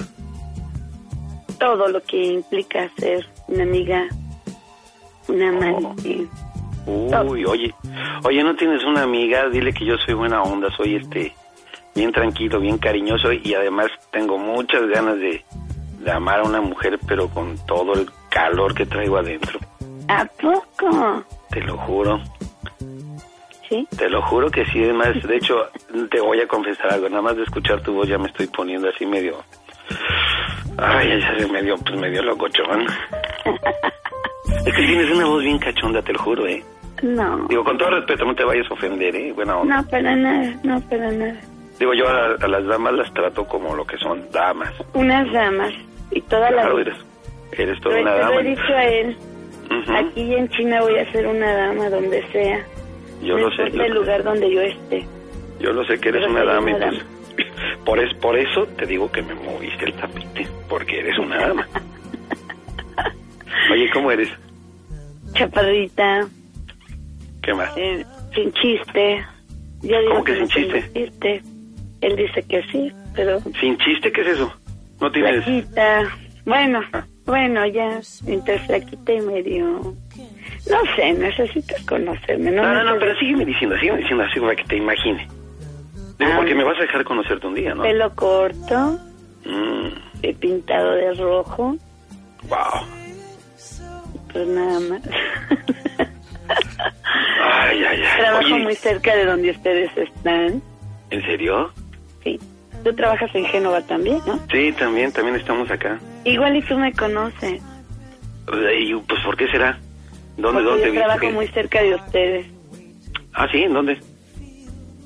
S5: Todo lo que implica ser una amiga, una
S7: Oh.
S5: amante.
S7: Uy, oye, oye, ¿no tienes una amiga? Dile que yo soy buena onda, soy este, bien tranquilo, bien cariñoso y además tengo muchas ganas de, de amar a una mujer, pero con todo el calor que traigo adentro.
S5: ¿A poco?
S7: Te lo juro.
S5: Sí.
S7: Te lo juro que sí, es más, de hecho, te voy a confesar algo, nada más de escuchar tu voz ya me estoy poniendo así medio... Ay, ya se medio, pues medio locochón. Es que tienes una voz bien cachonda, te lo juro, ¿eh?
S5: No.
S7: Digo, con todo respeto, no te vayas a ofender, ¿eh? Buena onda.
S5: No, para nada, no, para nada.
S7: Digo, yo a, a las damas las trato como lo que son, damas.
S5: Unas damas y toda la
S7: Claro,
S5: vida.
S7: eres, eres
S5: Lo
S7: toda
S5: he-
S7: una
S5: lo
S7: dama. ¿Mm?
S5: he dicho a él.
S7: Ujú,
S5: Aquí en China voy a ser una dama donde sea.
S7: Yo
S5: no
S7: lo sé.
S5: importa el lugar donde yo esté.
S7: Yo lo sé que eres
S5: Pero
S7: una
S5: soy
S7: dama,
S5: una
S7: entonces, [laughs] por, es, por eso te digo que me moviste el tapete, porque eres una
S5: [laughs]
S7: dama. Oye, ¿cómo eres?
S5: Chaparrita,
S7: ¿Qué más?
S5: eh, sin chiste. Yo digo
S7: ¿Cómo que sin
S5: no tengo
S7: chiste?
S5: Él dice que sí, pero
S7: ¿Sin chiste qué es eso? No
S5: Pues
S7: tienes...
S5: flaquita. Bueno, bueno, ya entre flaquita y medio. No sé, necesitas conocerme. No,
S7: No, no, no,
S5: me-
S7: pero sígueme diciendo, sígueme diciendo así para que te imagine. Digo,
S5: Ah.
S7: porque me vas a dejar conocerte un día, ¿no?
S5: Pelo corto,
S7: Mm,
S5: eh, pintado de rojo,
S7: wow.
S5: pues nada más. [laughs]
S7: Ay, ay, ay.
S5: Trabajo
S7: Oye,
S5: muy cerca de donde ustedes están.
S7: ¿En serio?
S5: Sí. Tú trabajas en Génova también, ¿no?
S7: Sí, también, también estamos acá.
S5: Igual y tú me conoces.
S7: Y, pues, ¿por qué será? ¿Dónde,
S5: porque
S7: dónde?
S5: yo
S7: viste
S5: trabajo
S7: que-
S5: muy cerca de ustedes.
S7: Ah, sí, ¿en dónde?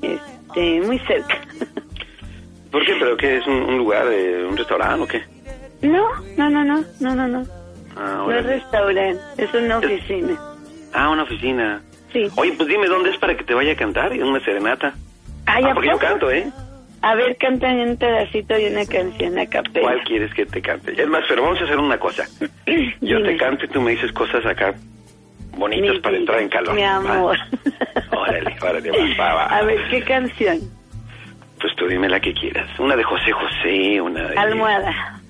S5: Este, muy cerca. [laughs]
S7: ¿Por qué? ¿Pero qué? ¿Es un, un lugar, eh, un restaurante o qué?
S5: No, no, no, no, no, no, no.
S7: Ah,
S5: No es
S7: órale.
S5: restaurante, es una oficina.
S7: Ah, una oficina.
S5: Sí.
S7: Oye, pues dime dónde es para que te vaya a cantar, en una serenata.
S5: Ay,
S7: Ah,
S5: ¿a
S7: porque yo
S5: poco?
S7: canto, ¿eh?
S5: A ver, cántame un pedacito de una canción a capela.
S7: ¿Cuál quieres que te cante? Es más, pero vamos a hacer
S5: [laughs]
S7: una cosa. Yo
S5: Dime.
S7: te canto y tú me dices cosas acá bonitas
S5: Mi
S7: para
S5: vida,
S7: entrar en calor.
S5: Mi
S7: ¿va?
S5: amor.
S7: [laughs] Órale, órale, va, va, va.
S5: A ver, ¿qué canción?
S7: Pues tú dime la que quieras. Una de José José, una de...
S5: Almohada.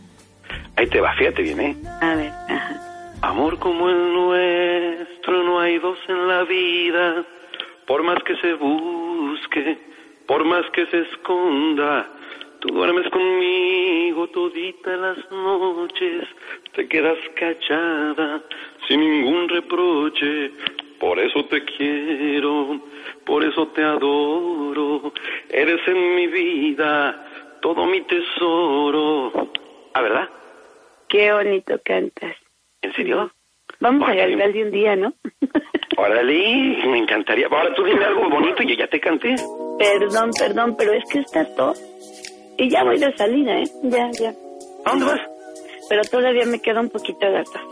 S7: Ahí te va, fíjate bien, ¿eh?
S5: A ver, ajá.
S7: Amor como el nuestro no hay dos en la vida, por más que se busque, por más que se esconda, tú duermes conmigo todita las noches, te quedas cachada sin ningún reproche, por eso te quiero, por eso te adoro, eres en mi vida todo mi tesoro. Ah, ¿verdad?
S5: Qué bonito cantas.
S7: ¿En serio?
S5: Vamos a
S7: Oye.
S5: grabarle un día,
S7: [laughs]
S5: ¿no?
S7: Órale, me encantaría. Ahora tú dime algo bonito y yo ya te canté.
S5: perdón, perdón, pero es que está todo. Y ya voy de salida, ¿eh? Ya, ya.
S7: ¿A dónde vas?
S5: Pero todavía me queda un poquito de atrás.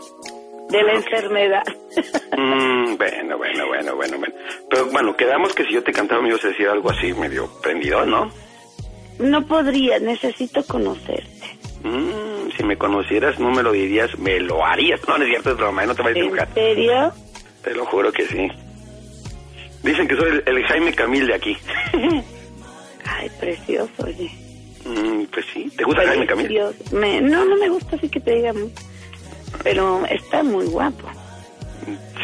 S5: De
S7: Ah,
S5: la enfermedad. [laughs]
S7: Mm, bueno, bueno, bueno, bueno, bueno. Pero bueno, quedamos que si yo te cantaba me ibas a decir algo así medio prendido, ¿no?
S5: no podría, necesito conocerte.
S7: Mm, si me conocieras no me lo dirías, me lo harías. No, no es cierto, es broma, ¿eh? no te vayas a
S5: ¿En
S7: dibujar.
S5: serio? [laughs]
S7: Te lo juro que sí. Dicen que soy el, el Jaime Camil de aquí.
S5: Ay, precioso, oye.
S7: Mm, pues sí, ¿te gusta Jaime Camil?
S5: Precioso. Me- no, no me gusta así que te diga mucho. Pero está muy guapo.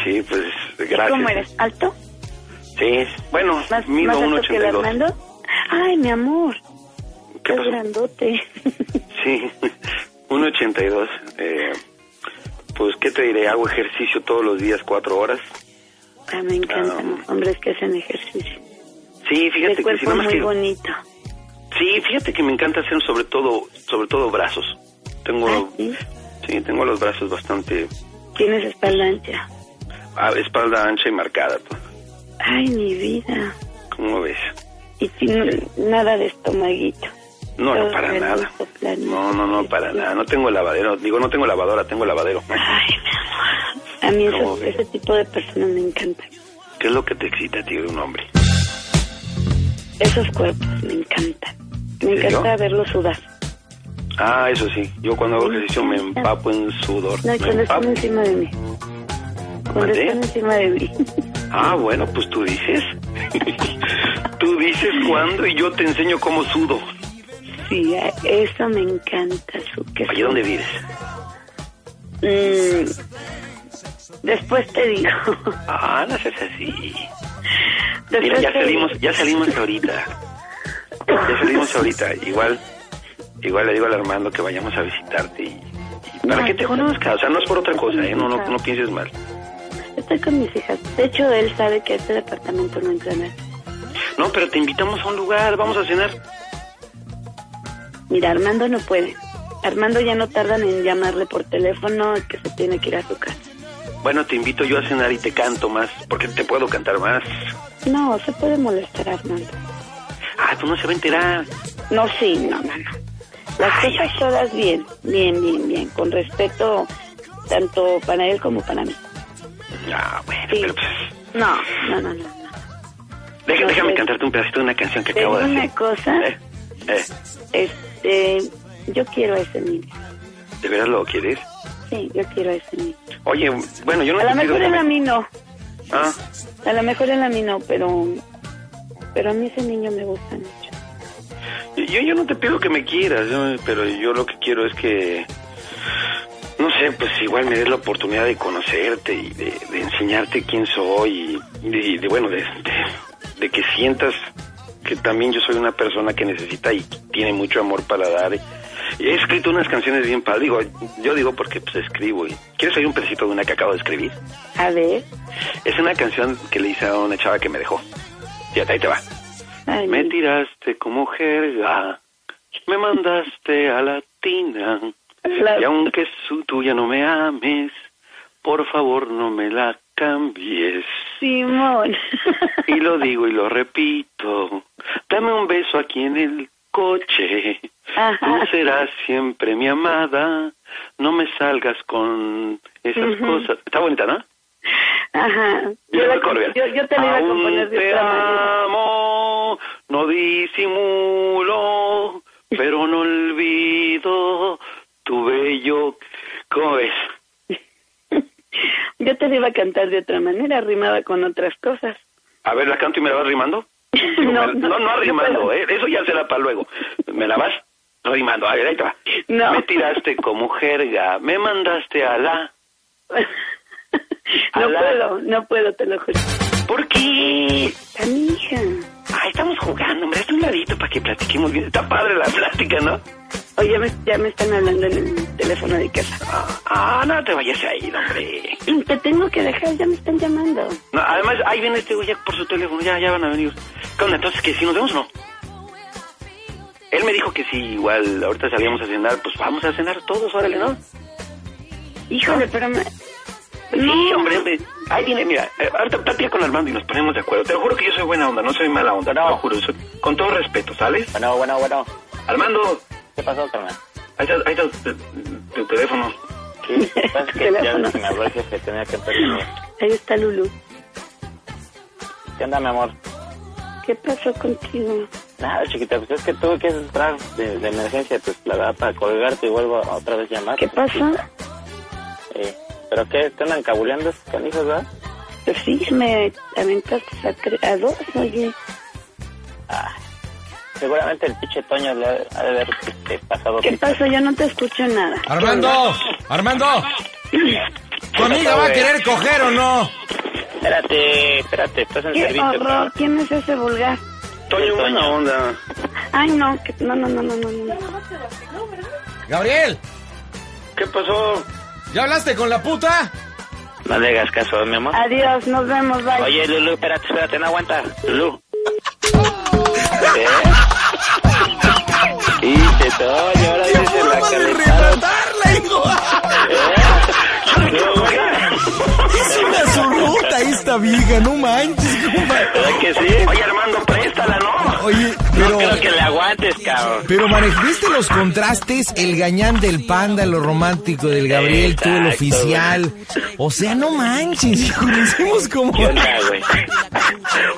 S7: Sí, pues gracias.
S5: ¿Cómo eres? ¿Alto?
S7: Sí, bueno,
S5: ¿Más,
S7: mido
S5: más alto que el
S7: 1.82.
S5: Armando? Ay, mi amor.
S7: ¿Qué
S5: Estás
S7: pasó?
S5: grandote.
S7: Sí, [laughs] 1.82. Eh, pues, ¿qué te diré? Hago ejercicio todos los días, cuatro horas.
S5: Ay, me encantan
S7: Ah.
S5: los hombres que hacen ejercicio.
S7: Sí, fíjate
S5: El
S7: que si
S5: cuerpo
S7: no más
S5: muy
S7: quiero-
S5: bonito.
S7: Sí, fíjate que me encanta hacer sobre todo, sobre todo brazos. Tengo,
S5: Ah, sí.
S7: sí, tengo los brazos bastante
S5: Tienes espalda ancha.
S7: a espalda ancha y marcada. pues.
S5: Ay, mi vida.
S7: ¿Cómo ves?
S5: Y sin nada de estomaguito.
S7: No, no
S5: Todo
S7: para nada.
S5: redondito, planito.
S7: No, no, no para nada. No tengo lavadero. Digo, no tengo lavadora, tengo lavadero.
S5: Ay, mi amor. A mí
S7: ¿Cómo
S5: eso-
S7: ves?
S5: ese tipo de personas me encantan.
S7: ¿Qué es lo que te excita a ti de un hombre?
S5: Esos cuerpos me encantan. Me
S7: ¿En serio?
S5: encanta verlos sudar.
S7: Ah, eso sí. Yo cuando hago ejercicio me empapo en sudor.
S5: No, y
S7: me
S5: cuando están
S7: empapo.
S5: encima de mí. Cuando
S7: ¿Mandé?
S5: están encima de mí. [laughs]
S7: Ah, bueno, pues tú dices. tú dices cuándo y yo te enseño cómo sudo.
S5: Sí, a- eso me encanta. Su, que
S7: Oye,
S5: su-
S7: ¿dónde vives?
S5: Mm, después te digo. [laughs]
S7: Ah, no seas así.
S5: Después
S7: Mira, ya
S5: te digo.
S7: salimos, ya salimos ahorita. Ya salimos ahorita. Igual, igual le digo al Armando que vayamos a visitarte y, y para
S5: No,
S7: que te conozca. O sea, no es por otra cosa, ¿eh? No, no, no pienses mal.
S5: Estoy con mis hijas. De hecho, él sabe que a este departamento no entra nadie.
S7: No, pero te invitamos a un lugar, vamos a cenar.
S5: Mira, Armando no puede. Armando ya no tardan en llamarle por teléfono que se tiene que ir a su casa.
S7: Bueno, te invito yo a cenar y te canto más, porque te puedo cantar más.
S5: No, se puede molestar a Armando.
S7: Ah, tú no se va a enterar.
S5: No, sí, no, no, no. Las cosas todas bien, bien, bien, bien, con respeto tanto para él como para mí.
S7: Ah, bueno,
S5: Sí.
S7: pero pues...
S5: No, no, no, no. no.
S7: Deja-
S5: No
S7: déjame
S5: sé.
S7: cantarte un pedacito de una canción que
S5: Pero
S7: acabo de
S5: una
S7: hacer.
S5: cosa,
S7: Eh, eh,
S5: este, yo quiero a ese niño.
S7: ¿De veras lo quieres?
S5: Sí, yo quiero a ese niño.
S7: Oye, bueno, yo no
S5: A lo
S7: te pido
S5: mejor él
S7: nada.
S5: a mí no,
S7: Ah,
S5: a lo mejor él a mí no, pero, pero a mí ese niño me gusta mucho.
S7: yo, yo no te pido que me quieras, yo- pero yo lo que quiero es que... No sé, pues igual me des la oportunidad de conocerte y de, de enseñarte quién soy y de, y de, bueno, de, de- de que sientas que también yo soy una persona que necesita y tiene mucho amor para dar. He escrito unas canciones bien padres, digo, yo digo porque pues escribo. Y... ¿Quieres oír un pedacito de una que acabo de escribir?
S5: A ver,
S7: Es una canción que le hice a una chava que me dejó. Fíjate, ahí te va.
S5: ay,
S7: Me
S5: mi-
S7: tiraste como jerga, me mandaste a la tina,
S5: La-
S7: y aunque su, tú ya no me ames, por favor no me la cambies.
S5: Simón.
S7: Y lo digo y lo repito, dame un beso aquí en el coche, tú
S5: Ajá.
S7: serás siempre mi amada, no me salgas con esas cosas. Está bonita, ¿no?
S5: [laughs] Ajá.
S7: Yo,
S5: Yo, la-
S7: recuerdo bien.
S5: yo- yo te la iba a
S7: Aún
S5: componer de
S7: te
S5: otra manera.
S7: amo, No disimulo, pero no olvido tu bello. ¿Cómo ves?
S5: Yo te la iba a cantar de otra manera, rimaba con otras cosas. [laughs]
S7: A ver, la canto y me la vas rimando.
S5: No,
S7: no, no,
S5: no
S7: rimando,
S5: puedo.
S7: eh, eso ya será para luego. Me la vas rimando. A ver, ahí te va.
S5: No.
S7: Me tiraste como jerga, me mandaste a la.
S5: No
S7: Alá.
S5: puedo, no puedo, te lo juro.
S7: ¿Por qué?
S5: A mi hija.
S7: Ay, Ah, estamos jugando, hombre, hazte un ladito para que platiquemos bien. Está padre la plática, ¿no?
S5: Oye, ya me, ya me están hablando en el teléfono de casa. [clears throat]
S7: Ah, ah, no te vayas ahí, hombre.
S5: Te tengo que dejar, ya me están llamando.
S7: No, además, ahí viene este güey ya por su teléfono, ya, ya van a venir. ¿Qué onda, entonces, que si nos vemos o no? Él me dijo que si igual ahorita salíamos a cenar, pues vamos a cenar todos, órale, ¿no? Ah.
S5: Híjole, pero me...
S7: Sí, hombre, hombre. Ahí viene, mira, eh, ahorita platica con Armando y nos ponemos de acuerdo. Te lo juro que yo soy buena onda, no soy mala onda, te lo juro. soy- con todo respeto, ¿sales?
S3: Bueno, bueno, bueno.
S7: Armando,
S3: ¿Qué pasó, carnal?
S7: ahí está, ahí está tu, tu teléfono.
S3: Sí,
S5: [laughs]
S3: lo que pasa es que ya ves que me habló el jefe, tenía que entrar conmigo.
S5: Ahí está Lulu.
S3: ¿Qué onda, mi amor?
S5: ¿Qué pasó contigo?
S3: Nada, chiquita, pues es que tuve que entrar de, de emergencia, pues la verdad, para colgarte y vuelvo a otra vez llamar.
S5: ¿Qué pasó?
S3: Eh, ¿Pero qué? ¿Te andan cabuleando esos canijos, verdad?
S5: Pues sí, me aventaste a, tre- a dos, oye.
S3: Seguramente el pinche Toño le ha de- ha de haber este, pasado...
S5: ¿Qué pasó? Yo no te escucho nada.
S2: Armando, Armando, ¿tu amiga
S3: pasó,
S2: va a
S3: eh?
S2: querer coger o no?
S3: Espérate, espérate, estás en
S5: ¡Qué
S3: servicio.
S5: horror!
S3: cabrón.
S5: ¿Quién es ese vulgar?
S7: Toño, buena onda.
S5: Ay, no, que- no, no, no, no, no, no.
S2: Gabriel,
S7: ¿Qué pasó?
S2: ¿ya hablaste con la puta?
S3: No le hagas caso, mi
S5: Ah.
S3: amor.
S5: Adiós, nos vemos, bye.
S3: Oye, Lulu, espérate, espérate, no aguanta.
S5: [laughs]
S3: Lulu. ¿Eh? Y te toño, ahora dice la calentada.
S2: hijo! [laughs]
S3: No, güey.
S2: ¡Es una absoluta esta vieja! ¡No manches!
S3: ¿Verdad que sí?
S7: Oye, Armando, préstala, ¿no?
S2: Oye,
S3: No creo que le aguantes, cabrón.
S2: Pero manejiste los contrastes, el gañán del panda, lo romántico del Gabriel, tú el
S3: Exacto,
S2: oficial. O sea, no manches, [laughs] hijo, lo hicimos como...
S3: ¿Qué onda, güey?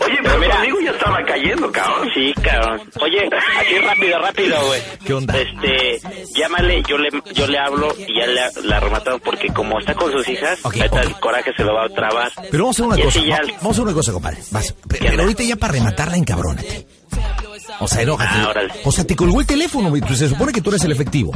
S7: Oye, pero mi amigo ya estaba cayendo, cabrón.
S3: Sí, cabrón. Oye, así rápido, rápido, güey.
S2: ¿Qué onda?
S3: Este, llámale, yo le, yo le hablo y ya le, la rematamos porque como está con sus hijas,
S2: Ok,
S3: neta,
S2: ok.
S3: el coraje se lo va a trabar.
S2: Pero vamos a hacer una
S3: Y
S2: cosa,
S3: así ya-
S2: va- vamos a hacer una cosa, compadre. Vas, pe- pero,
S3: onda?
S2: ahorita ya para rematarla, encabrónate. O sea, enójate.
S3: Ah, órale.
S2: o sea, te colgó el teléfono, güey, pues se supone que tú eres el efectivo.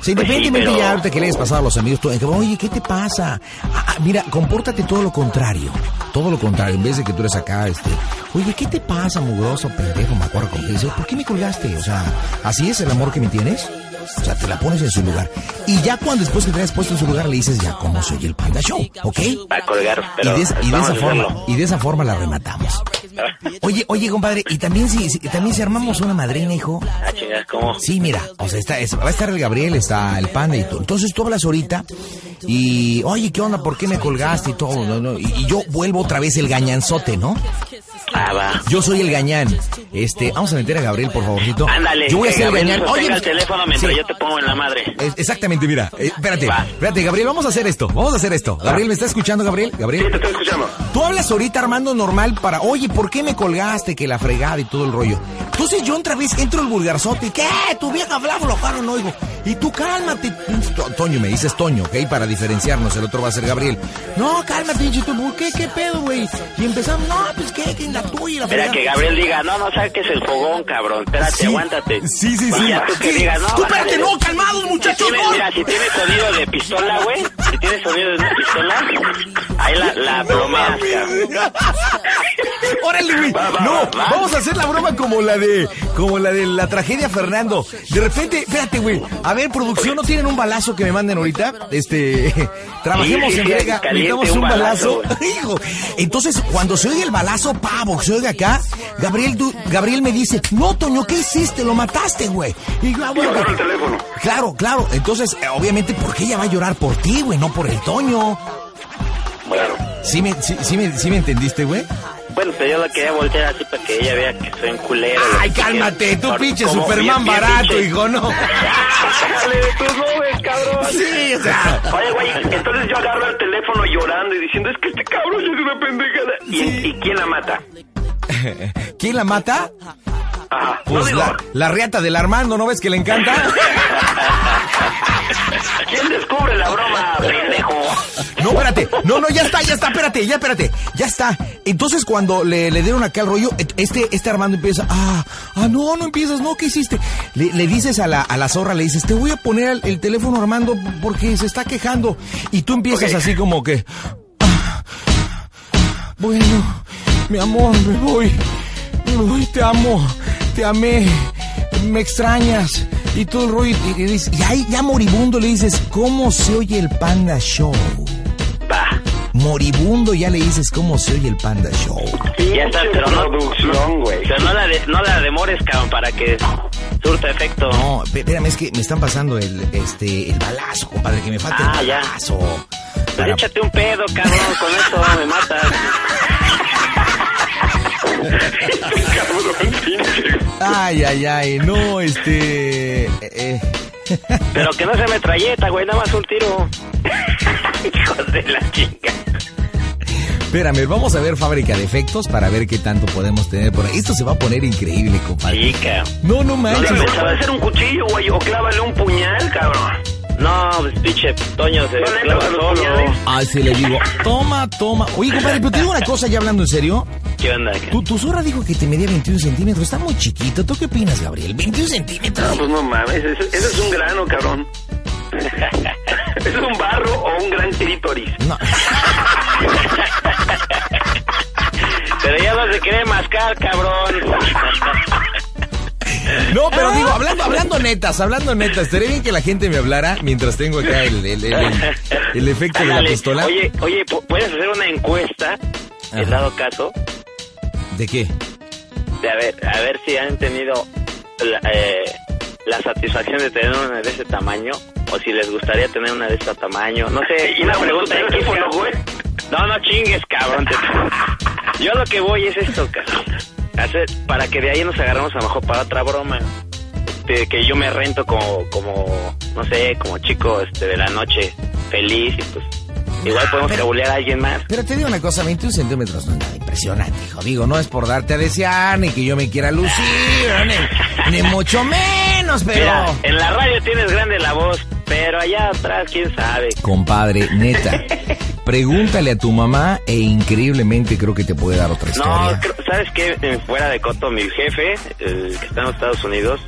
S2: O sea, independientemente
S3: pero-
S2: ya ahorita que le hayas pasado a los amigos, tú, oye, ¿qué te pasa? Ah, ah, mira, compórtate todo lo contrario. Todo lo contrario, en vez de que tú eres acá, este, oye, ¿qué te pasa, mugroso, pendejo, me acuerdo como que dice, ¿por qué me colgaste? O sea, ¿así es el amor que me tienes? O sea, te la pones en su lugar. Y ya cuando después que te hayas puesto en su lugar, le dices, ya, ¿cómo soy el Panda Show? ¿Ok?
S3: Va a colgar, pero
S2: y de, esa- y de
S3: vamos
S2: esa
S3: a
S2: forma
S3: hacerlo.
S2: y de esa forma la rematamos oye oye compadre y también si, si- también si armamos una madrina hijo
S3: Ah, chingas, ¿cómo?
S2: sí mira o sea está es- va a estar el Gabriel está el panda y todo entonces tú hablas ahorita y oye qué onda por qué me colgaste y todo no, no, y, y yo vuelvo otra vez el gañanzote no
S3: Ah, va.
S2: yo soy el gañán este vamos a meter a Gabriel por favorcito
S3: Ándale,
S2: yo voy a
S3: que
S2: ser el
S3: Gabriel
S2: gañán
S3: sostenga el
S2: pues-
S3: teléfono mientras
S2: sí.
S3: yo te pongo en la madre.
S2: Es- Exactamente, mira, eh, espérate,
S3: Va.
S2: espérate, Gabriel, vamos a hacer esto, vamos a hacer esto. Gabriel, ¿me está escuchando, Gabriel? Gabriel.
S7: Sí, te estoy escuchando.
S2: Tú hablas ahorita, Armando, normal para, oye, ¿por qué me colgaste? Que la fregada y todo el rollo. Entonces yo otra vez entro el vulgarzote y, ¿qué? Tu vieja hablábolo, paro, no oigo. Y tú cálmate, pinche To- Toño, me dices Toño, ¿ok? Para diferenciarnos, el otro va a ser Gabriel. No, cálmate, pinche tú, ¿por qué? ¿Qué pedo, güey? Y empezamos, no, pues qué, que la tuya y la
S3: Espera
S2: fregada.
S3: que Gabriel diga, no, no saques el fogón, cabrón. Espérate,
S2: Sí.
S3: aguántate.
S2: Sí, sí, sí.
S3: Y ya tú que
S2: Sí.
S3: digas, no.
S2: Tú
S3: bájale
S2: espérate,
S3: de-
S2: no, calmados, muchachos,
S3: Si tienes-
S2: no.
S3: Mira, si tienes sonido de pistola, güey. Si tienes sonido de una pistola, ahí la, la bromeas, cabrón. [laughs]
S2: Órale, güey. No, vamos a hacer la broma como la de como la de la tragedia Fernando. De repente, espérate, güey. A ver, producción, ¿no tienen un balazo que me manden ahorita? Este, [laughs] trabajemos
S3: Sí, sí,
S2: en
S3: sí,
S2: brega,
S3: caliente,
S2: necesitamos un
S3: un
S2: balazo.
S3: balazo,
S2: [laughs] Hijo. Entonces, cuando se oye el balazo, pavo, se oye acá, Gabriel du- Gabriel me dice, "No, Toño, ¿qué hiciste? Lo mataste, güey." Y yo, ah, bueno,
S7: Agarro el teléfono.
S2: Claro, claro. Entonces, eh, obviamente, porque ella va a llorar por ti, güey, no por el Toño.
S3: Bueno,
S2: ¿Sí me, sí, sí me, sí me entendiste, güey?
S3: bueno, pero yo la quería voltear así para que ella vea que soy un culero. lo
S2: Ay,
S3: que
S2: cálmate,
S3: quieras.
S2: tú
S3: Por-
S2: pinche
S3: como
S2: Superman
S3: bien, bien
S2: barato,
S3: pinche-
S2: hijo, no. [laughs]
S7: Dale, pues no ves, cabrón.
S2: Sí, o sea.
S7: Oye, güey, entonces yo agarro el teléfono llorando y diciendo, es que este cabrón es una pendejada. ¿Y, y quién la mata?
S2: ¿Quién la mata?
S7: Ajá. No
S2: Pues
S7: digo,
S2: la, la riata del Armando, ¿no ves que le encanta?
S7: ¿Quién descubre la broma, pendejo?
S2: No, espérate. No, no, ya está, ya está, espérate, ya espérate. Ya está. Entonces cuando le, le dieron acá el rollo, et- este, este Armando empieza, ah, ah, no, no empiezas, no, ¿qué hiciste? Le, le dices a la, a la zorra, le dices, te voy a poner el, el teléfono Armando porque se está quejando. Y tú empiezas
S7: Ok.
S2: así como que, "Ah, bueno, mi amor, me voy, me voy, te amo, te amé, me extrañas. Y todo el rollo, y, y dices- y ahí ya moribundo le dices, ¿cómo se oye el Panda Show?
S7: Va.
S2: Moribundo ya le dices cómo se oye el Panda Show.
S3: Ya está, pero no.
S7: Producción, güey.
S3: Pero no la, de- no la demores, cabrón, para que surta efecto.
S2: No, pe- espérame, es que me están pasando el, este, el balazo, compadre, que me falta
S3: Ah,
S2: el
S3: ya.
S2: balazo.
S3: Pues
S2: Para-
S3: échate un pedo, cabrón, con eso me matas.
S2: Ay, ay, ay, no, este... eh, eh.
S3: Pero que no se me trayeta, güey, nada más un tiro. Hijos de la chinga.
S2: Espérame, vamos a ver fábrica de efectos para ver qué tanto podemos tener por ahí. Esto se va a poner increíble, compadre.
S3: Chica.
S2: No, no
S7: No le
S2: manches.
S7: pensaba hacer un cuchillo, güey, o clávale un puñal, cabrón.
S3: No, pues pinche Toño se
S7: No
S3: clava
S7: le entras a los
S3: solo.
S7: puñales.
S2: Ay, sí, le digo, toma, toma. Oye, compadre, pero te digo una cosa ya hablando en serio.
S3: ¿Qué onda?
S2: Tu, tu zorra dijo que te medía 21 centímetros. Está muy chiquito. ¿Tú qué opinas, Gabriel? 21
S7: No,
S2: centímetros.
S7: pues no mames, ese, ese es un grano,
S3: [laughs]
S7: cabrón. ¿Es un barro o un gran clítoris?
S2: No.
S3: Pero ya no se quiere mascar, cabrón.
S2: No, pero digo, hablando, hablando netas, hablando netas, estaría bien que la gente me hablara mientras tengo acá el, el- el- el- el efecto de la
S3: Ándale.
S2: pistola.
S3: Oye, oye, pu- ¿puedes hacer una encuesta? En
S2: Ajá.
S3: dado caso,
S2: ¿De qué?
S3: de a ver, a ver si han tenido la, eh, la satisfacción de tener una de ese tamaño o si les gustaría tener una de este tamaño. No sé, una pregunta
S7: tu
S3: X,
S7: teléfono,
S3: cabrón.
S7: güey.
S3: No, no chingues, cabrón. te- Yo lo que voy es esto, cabrón. Hacer, para que de ahí nos agarramos a lo mejor para otra broma. Este, que yo me rento como, como, no sé, como chico este, de la noche, feliz y pues. Igual podemos
S2: pero-
S3: cabulear a alguien más.
S2: Pero te digo una cosa, 21 centímetros no es nada impresionante, hijo. Digo, no es por darte a desear, ni que yo me quiera lucir, ni, ni mucho menos, pero...
S3: Mira, en la radio tienes grande la voz, pero allá atrás, quién sabe.
S2: Compadre, neta, pregúntale a tu mamá e increíblemente creo que te puede dar otra historia.
S3: No, creo- ¿sabes qué? En- Fuera de Coto, mi jefe, el que está en los Estados Unidos,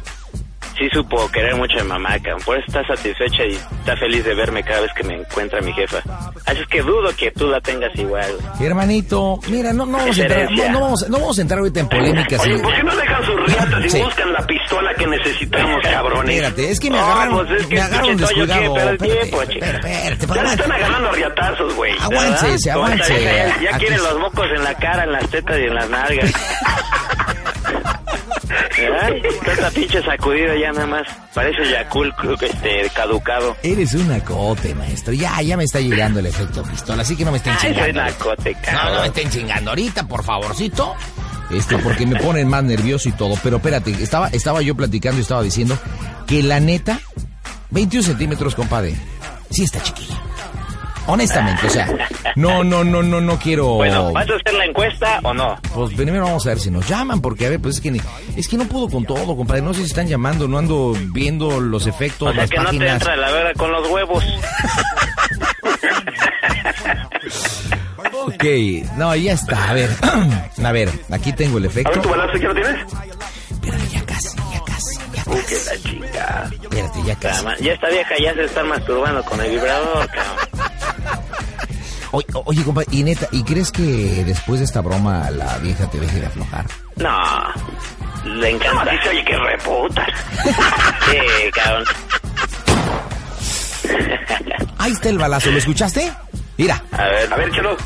S3: sí supo querer mucho a mi mamá, cabrón. Por eso está satisfecha y está feliz de verme cada vez que me encuentra mi jefa. Así es que dudo que tú la tengas igual.
S2: Hermanito, mira, no, no, vamos, a entrar, no,
S3: Herencia.
S2: no vamos, no vamos a entrar ahorita en polémicas.
S7: Oye,
S2: y-
S7: ¿por qué no dejan sus riatas y
S2: Sí.
S7: buscan la pistola que necesitamos, cabrones?
S2: Espérate, es que me
S3: No,
S2: agarraron,
S3: pues es que
S2: me agarraron
S3: pinche Toño quiere
S2: descuidado.
S3: perder
S2: Espérate,
S3: tiempo, chica.
S2: espérate, espérate,
S7: Ya le están
S2: espérate.
S7: agarrando a riatazos, güey.
S2: Aguántese,
S3: ¿Verdad?
S2: aguántese.
S3: Ya, ya
S2: Aquí-
S3: quieren los mocos en la cara, en las tetas y en las
S2: [laughs]
S3: nalgas. ¿Verdad? Tanta pinche sacudida ya nada más. Parece Yakul este, caducado.
S2: Eres un acote, maestro. Ya, ya me está llegando el efecto pistola, así que no me estén
S3: Ay, soy
S2: chingando.
S3: nacote,
S2: No, no me
S3: cabrón.
S2: estén chingando ahorita, por favorcito. Este, porque me ponen más nervioso y todo. Pero espérate, estaba, estaba yo platicando y estaba diciendo que la neta, 21 centímetros, compadre, sí está chiquilla. Honestamente, o sea, no, no, no, no, no quiero...
S3: Bueno, ¿vas a hacer la encuesta o no?
S2: Pues primero vamos a ver si nos llaman, porque a ver, pues es que, ni- es que no puedo con todo, compadre. No sé si están llamando, no ando viendo los efectos,
S3: O sea
S2: las
S3: que no te
S2: páginas.
S3: entra la verdad con los huevos.
S2: ok, no, ya está. A ver, [clears throat] a ver, aquí tengo el
S7: A ver,
S2: efecto.
S7: ¿tu balance ya lo tienes?
S2: Espérate, ya casi, ya casi, ya
S7: Uy, que la
S2: casi.
S7: chica.
S2: Espérate, ya casi.
S3: Caramba, Ya esta vieja ya se está masturbando con el vibrador, cabrón.
S2: O- o- oye, compadre, y neta, ¿y crees que después de esta broma la vieja te deje de aflojar?
S3: No, le
S7: No,
S3: encanta.
S7: Ah, dice, oye, que reputa.
S3: [laughs] Sí, cabrón.
S2: Ahí está el balazo, ¿lo escuchaste? Mira,
S3: A ver,
S7: A ver, chelo.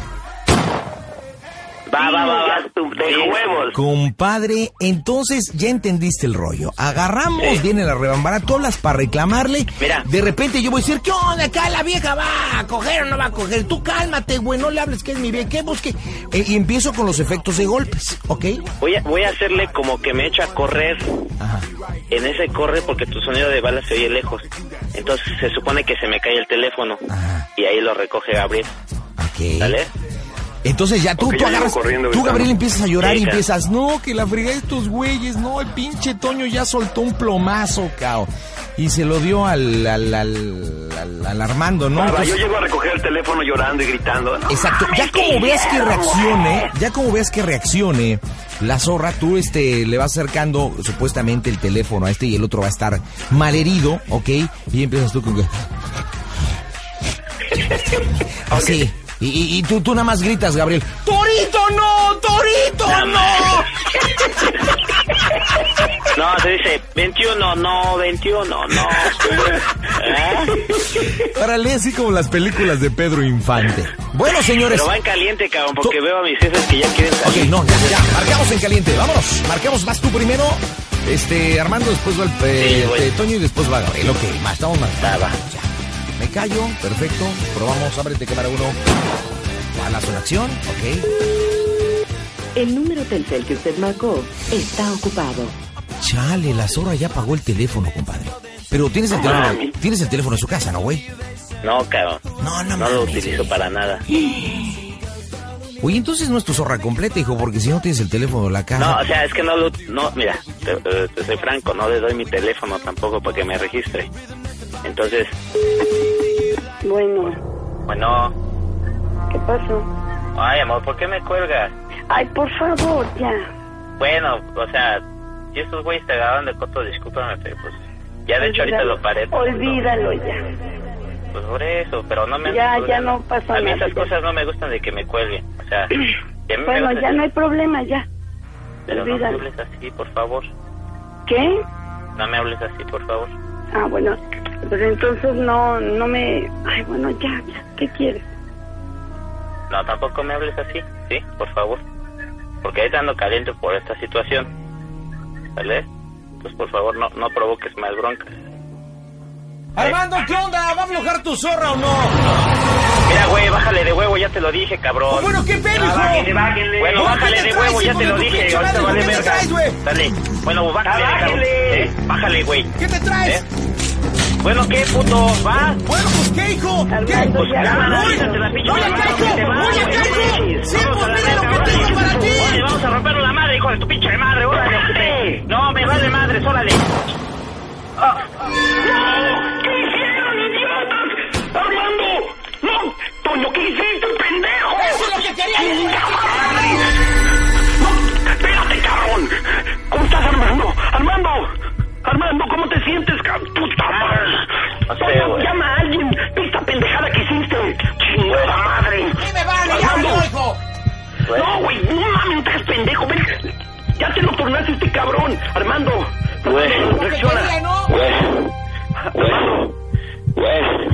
S3: va, va, va, va.
S7: De huevos.
S2: Compadre, entonces ya entendiste el rollo. Agarramos, viene la rebambara, tú hablas para reclamarle.
S3: Mira.
S2: De repente yo voy a decir, ¿qué onda acá? La vieja va a coger o no va a coger. Tú cálmate, güey, no le hables que es mi vieja, que busque. Eh, y empiezo con los efectos de golpes, ¿ok?
S3: Voy a, voy a hacerle como que me echo a correr.
S2: Ajá.
S3: En ese corre porque tu sonido de bala se oye lejos. Entonces se supone que se me cae el teléfono.
S2: Ajá.
S3: Y ahí lo recoge Gabriel.
S2: Ok.
S3: ¿Sale?
S2: Entonces ya tú,
S7: Ok,
S2: tú
S7: ya llego
S2: agarras,
S7: corriendo,
S2: tú Gabriel
S7: gritando.
S2: empiezas a llorar y
S3: Sí, claro.
S2: empiezas, no, que la friega de estos güeyes, no, el pinche Toño ya soltó un plomazo, cao. Y se lo dio al, al, al, al- al Armando, ¿no? pues
S7: Nada, yo
S2: Entonces-
S7: llego a recoger el teléfono llorando y gritando. ¿no?
S2: Exacto. Ya como veas que reaccione, ya como veas que reaccione la zorra, tú este le vas acercando supuestamente el teléfono a este y el otro va a estar malherido, ¿ok? Y empiezas tú con [laughs] que- así. Y, y- y tú, tú nada más gritas, Gabriel. ¡Torito no! ¡Torito no!
S3: No, se dice 21, no, 21,
S7: [laughs]
S3: no. ¿Ah?
S2: Órale, así como las películas de Pedro Infante. Bueno, señores.
S3: Pero va en caliente, cabrón, porque veo a mis jefes que ya quieren
S2: Ok,
S3: salir.
S2: no, ya, ya, marcamos en caliente, vámonos, marcamos, vas tú primero, este, Armando, después va el, eh,
S3: Sí, voy.
S2: eh, Toño y después va Gabriel, ok, ma- estamos
S3: Va,
S2: marcando,
S3: va.
S2: ya, me callo, perfecto, probamos, ábrete cámara uno, balazo en acción, ok,
S4: El número Telcel que usted marcó está ocupado.
S2: chale, la Zora ya pagó el teléfono, compadre, pero tienes el teléfono,
S3: mami.
S2: tienes el teléfono en su casa, ¿no, güey?
S3: No, cabrón.
S2: No, no
S3: No lo
S2: mames,
S3: utilizo
S2: güey.
S3: para nada.
S2: Oye, entonces no es tu zorra completa, hijo, porque si no tienes el teléfono en la casa,
S3: No, eh. o sea, es que no lo... No, mira, te, eh, te soy franco, no le doy mi teléfono tampoco para que me registre. Entonces,
S5: Bueno,
S3: bueno...
S5: ¿qué pasó?
S3: Ay, amor, ¿por qué me cuelgas?
S5: Ay, por favor, ya.
S3: Bueno, o sea, si estos güeyes te agarraron de coto, discúlpame, pero pues... Ya de hecho ahorita lo paré. porque no-
S5: Olvídalo ya.
S3: Pues por eso, pero no me...
S5: Ya,
S3: no,
S5: ya no pasa
S3: A mí
S5: nada,
S3: esas
S5: ya.
S3: cosas no me gustan de que me cuelguen, o sea... que a mí me
S5: Bueno,
S3: gusta-
S5: ya no hay problema, ya.
S3: Pero no me
S5: olvídalo.
S3: hables así, por favor.
S5: ¿Qué?
S3: No me hables así, por favor.
S5: Ah, bueno, pues entonces no, no me... Ay, bueno, ya, ya, ¿qué quieres?
S3: No, tampoco me hables así, ¿sí? Por favor. Porque ahorita ando caliente por esta situación. ¿Vale? Pues por favor, no, no provoques más broncas.
S2: Armando, ¿qué onda? ¿Va a aflojar tu zorra o no?
S3: Mira, güey, bájale de huevo, ya te lo dije, cabrón. Ah,
S2: Oh, bueno, qué pedo, hijo.
S3: bájale, bájale. Bueno, bájale de
S2: Bájale,
S3: huevo, ya
S2: hijo
S3: te
S2: de
S3: lo
S2: tu
S3: dije.
S2: pinche
S3: Ahorita
S2: madre, ¿por
S3: vale
S2: qué me
S3: verga.
S2: traes, güey?
S3: Dale. Bueno, bájale, cabrón.
S2: Bájale.
S3: ¿Eh? Bájale, güey.
S2: ¿Qué te
S3: ¿Eh?
S2: traes?
S3: Bueno, ¿qué, puto? ¿Va?
S2: Bueno, pues qué, hijo. ¿Qué?
S5: Armando,
S3: Pues
S5: ya,
S3: cámara,
S5: vámonos.
S3: ahorita te la pinche
S2: Oye,
S3: madre,
S2: Caico,
S3: que te va,
S2: oye,
S3: güey.
S2: Caico, sí,
S3: Vamos
S2: pues
S3: a la
S2: mira lo
S3: verga,
S2: que tengo
S3: órale.
S2: para ti.
S3: Órale, vamos a rompernos la madre, hijo de tu pinche madre,
S7: [laughs]
S3: órale. No, me vale madre, órale.
S7: ¿Qué hicieron, idiotas? ¡Armando! ¡No! ¡Toño, qué hiciste, pendejo! ¡Eso es lo que quería! ¡Espérate, cabrón! ¿Cómo estás, Armando? ¡Armando! Armando, ¿cómo te sientes, cabrón? ¡Puta madre!
S3: Ah, No sé,
S7: Toño,
S3: güey.
S7: llama a alguien! ve esta pendejada que hiciste! ¡Chingada madre!
S2: me vale, ya
S7: Armando.
S2: valió, hijo.
S7: No, güey, no mames, no seas pendejo, ven. Ya te lo tornaste este cabrón, Armando.
S3: Güey.
S7: reacciona.
S2: quería, ¿no?
S3: Güey,
S7: Armando,
S3: güey.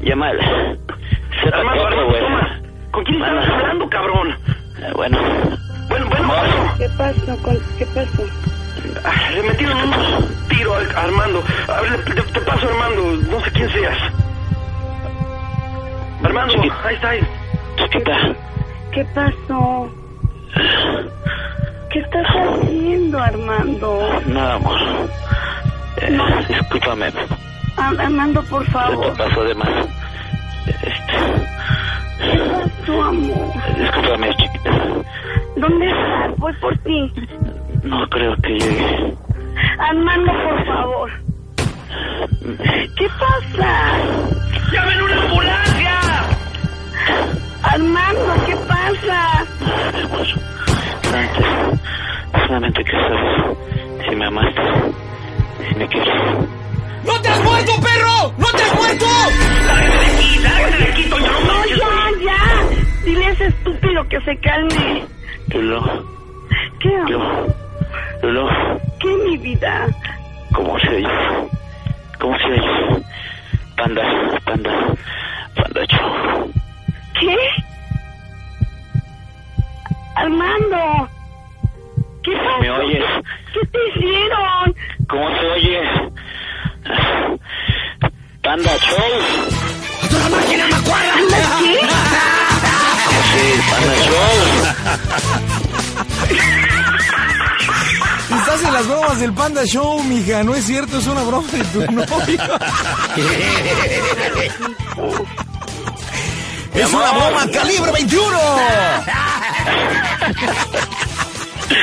S3: Llámala. Se te
S7: Armando,
S3: corre,
S7: Armando,
S3: güey.
S7: toma. ¿Con quién estabas
S3: Manda.
S7: hablando, cabrón?
S3: Eh, Bueno,
S7: Bueno, bueno, bueno.
S5: ¿Qué pasó? con- ¿Qué pasó?
S7: Ah, Le metieron un tiro a a Armando. A ver, te, te paso, Armando. No sé quién seas. Armando,
S3: Chiqui-
S7: ahí está. ahí.
S3: chiquita,
S5: ¿Qué pasó? ¿Qué estás haciendo, Armando?
S3: nada, amor. Eh, discúlpame,
S5: Ar- Armando, por
S3: se te
S5: favor.
S3: pasó de más. Este,
S5: ¿Qué pasó, amor?
S3: discúlpame, chiquita.
S5: ¿Dónde estás? Voy por ti.
S3: No creo que llegue.
S5: Armando, por favor. ¿Qué pasa?
S7: ¡Llamen una ambulancia!
S5: Armando, ¿qué pasa?
S3: Antes, solamente que sabes si me amaste, si me quieres.
S2: ¡No te has muerto, perro! ¡No te has muerto!
S7: ¡Lárgate de aquí! ¡Lárgate de aquí, Toño! ¡No
S5: No,
S7: manches,
S5: ya, ya. Dile a ese estúpido que se calme.
S3: Lulú,
S5: ¿Qué, amor?
S3: Lulú, Lulú,
S5: ¿Qué, mi vida?
S3: ¿cómo se oye? ¿Cómo se oye? Panda, panda, panda show.
S5: ¿Qué? Armando. ¿Qué pasó?
S3: ¿Me oyes?
S5: ¿Qué te hicieron?
S3: ¿Cómo se oye? Panda show.
S5: ¿Qué?
S3: Sí, panda show.
S2: Estás en las bromas del Panda Show, mija, no es cierto, es una broma [laughs] de tu novio. ¡Es una broma calibre 21!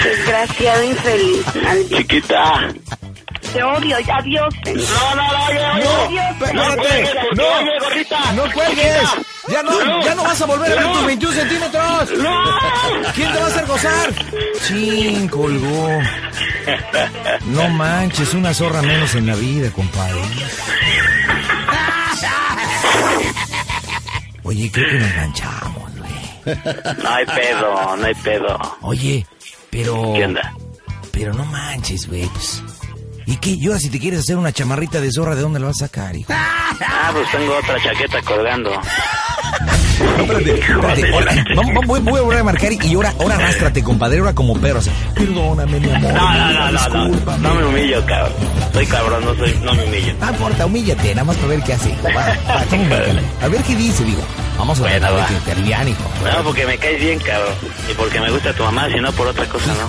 S5: Desgraciado, infeliz. maldito.
S3: Chiquita.
S5: Te odio, ya, adiós.
S3: No, no, no, yo,
S2: No,
S3: Oye,
S2: espérate,
S3: oye, gorrita.
S2: no, no cuelgues. Ya no, ya no vas a volver a ver tus 21 centímetros. ¿Quién te va a hacer gozar? Chin, colgó. No manches, una zorra menos en la vida, compadre. Oye, creo que nos manchamos, güey.
S3: No hay pedo, no hay pedo.
S2: Oye, pero.
S3: ¿Qué onda?
S2: Pero no manches, güey. pues. ¿Y qué? Yo, si te quieres hacer una chamarrita de zorra, ¿de dónde la vas a sacar, hijo?
S3: Ah, pues tengo otra chaqueta colgando.
S2: Espérate, espérate, hola. Vamos, vamos, voy, voy a volver a marcar y- y ahora, ahora arrástrate, compadre, ahora como perro. así. Perdóname, mi amor.
S3: No, no, no, no, no.
S2: discúlpame.
S3: No me humillo, cabrón. Soy cabrón, no soy, no me humillo.
S2: No importa, humíllate, nada más para ver qué hace.
S3: [laughs]
S2: hijo. Va, va, toma un marcale. a ver qué dice, digo. Vamos a ver,
S3: Bueno,
S2: a ver
S3: va.
S2: qué te alivian, hijo.
S3: No, porque me caes bien, cabrón. Y porque me gusta tu mamá, si no por otra cosa, no.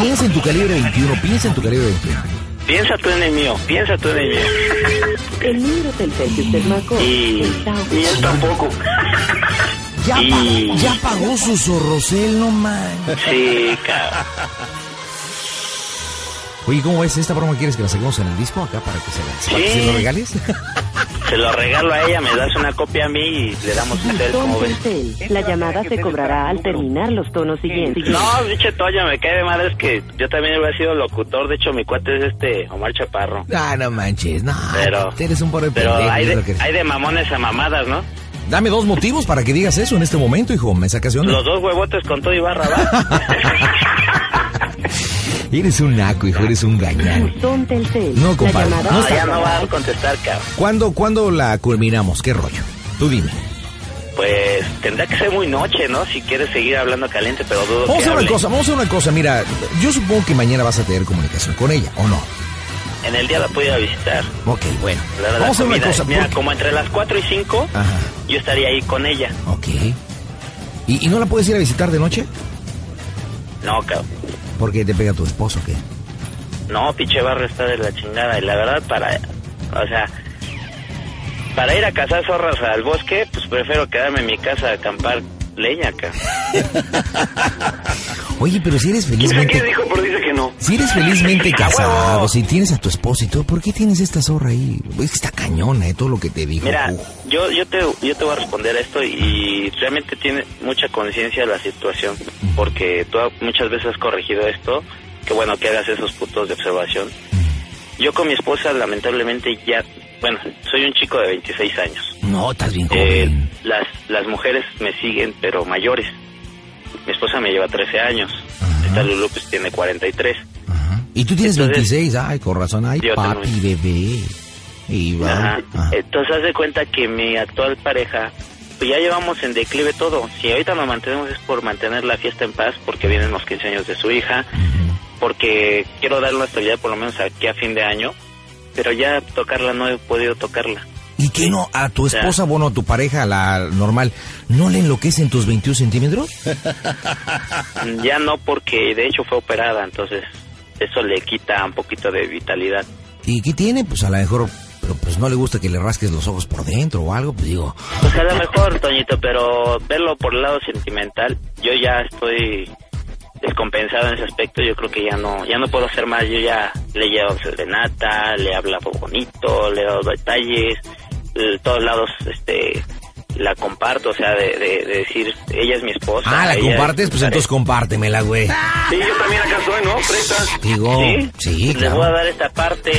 S2: [laughs] Piensa en tu calibre 21, piensa en tu calibre 21.
S3: Piensa tú en el mío, piensa tú en el mío.
S4: El número telcel que usted marcó
S3: Y,
S4: está
S3: y él tampoco.
S2: Ya,
S3: Y-
S2: pagó- ya pagó su zorrocel, no man.
S3: Sí, cabrón.
S2: Oye, ¿cómo es esta broma? ¿Quieres que la saquemos en el disco acá para que se la para que
S3: Sí.
S2: se lo regales? [laughs]
S3: Se lo regalo a ella, me das una copia a mí y le damos a él, como
S4: Con
S3: ves.
S4: Telcel, la llamada se cobrará al terminar los tonos siguientes.
S3: No, dicho Toya, me cae de madre, es que yo también hubiera sido locutor, de hecho mi cuate es este Omar Chaparro.
S2: Ah, no manches, no.
S3: Pero,
S2: eres un pobre
S3: pero
S2: pendejo,
S3: hay
S2: es lo que
S3: de,
S2: eres.
S3: hay de mamones a mamadas, ¿no?
S2: Dame dos motivos para que digas eso en este momento, hijo. Me sacas de onda.
S3: Los dos huevotes con todo y barra,
S2: [laughs] Eres un naco, hijo. Eres un gañán.
S4: Buzón Telcel,
S2: No,
S4: la
S2: compadre,
S4: llamada
S2: no
S3: No,
S4: se
S3: Ah, ya no
S4: cobrará
S3: va a contestar, cabrón.
S2: ¿Cuándo, ¿Cuándo la culminamos? ¿Qué rollo? Tú dime.
S3: Pues tendrá que ser muy noche, ¿no? Si quieres seguir hablando caliente, pero dudo
S2: Vamos a
S3: que
S2: hacer una
S3: hable.
S2: cosa, vamos a hacer una cosa. Mira, yo supongo que mañana vas a tener comunicación con ella, ¿o no?
S3: En el día la puedo ir a visitar.
S2: Ok, bueno.
S3: La, la
S2: Vamos a hacer una
S3: comida.
S2: cosa.
S3: Mira,
S2: porque-
S3: como entre las 4 y 5,
S2: Ajá.
S3: yo estaría ahí con ella.
S2: Ok. ¿Y, y no la puedes ir a visitar de noche?
S3: No, cabrón.
S2: Porque te pega tu esposo, o ¿qué?
S3: No, pinche barrio está de la chingada. Y la verdad, para. O sea. Para ir a cazar zorras al bosque, pues prefiero quedarme en mi casa a acampar leña, cabrón.
S2: Oye, pero si
S3: [laughs]
S2: eres
S7: ¿Quién sabe qué
S2: felizmente...
S7: dijo, pero dice que no?
S2: Si eres felizmente
S3: ¡A huevo!
S2: casado, si tienes a tu esposo y todo, ¿por qué tienes esta zorra ahí? Es que está cañona, ¿eh? Todo lo que te dijo.
S3: Mira,
S2: Uf.
S3: yo, yo, te, yo te voy a responder a esto y realmente tiene mucha conciencia de la situación, porque tú muchas veces has corregido esto, que bueno que hagas esos puntos de observación. Yo con mi esposa lamentablemente ya, bueno, soy un chico de 26 años.
S2: No, estás bien
S3: Eh,
S2: joven.
S3: las, las mujeres me siguen, pero mayores. Mi esposa me lleva 13 años,
S2: Ajá.
S3: esta Lulu pues tiene 43.
S2: Ajá. Y tú tienes
S3: entonces-
S2: 26, ay, con razón, ay,
S3: Yo
S2: papi, bebé. Y va.
S3: Ajá.
S2: ah.
S3: Entonces, haz de cuenta que mi actual pareja, pues ya llevamos en declive todo. Si ahorita nos mantenemos es por mantener la fiesta en paz, porque vienen los 15 años de su hija, porque quiero darle una estabilidad por lo menos aquí a fin de año, pero ya tocarla no he podido tocarla.
S2: ¿Y qué no? ¿A tu
S3: sea-
S2: esposa, bueno, a tu pareja, la normal, no le enloquecen tus 21 centímetros?
S3: Ya no, porque de hecho fue operada, entonces eso le quita un poquito de vitalidad.
S2: ¿Y qué tiene? Pues a lo mejor, pero pues no le gusta que le rasques los ojos por dentro o algo, pues digo,
S3: Pues a lo mejor, Toñito, pero verlo por el lado sentimental, yo ya estoy descompensado en ese aspecto, yo creo que ya no ya no puedo hacer más, yo ya le llevo serenata, le hablaba bonito, le doy detalles, de todos lados este la comparto, o sea, de, de- de decir, ella es mi esposa.
S2: ah, la
S3: ella es
S2: compartes,
S3: mi
S2: pues entonces compártemela, güey.
S7: Sí, yo también acá estoy, ¿no? Presta.
S2: Digo,
S3: pareja.
S2: sí,
S3: Le voy a
S2: claro.
S3: dar esta
S2: [laughs]
S3: parte.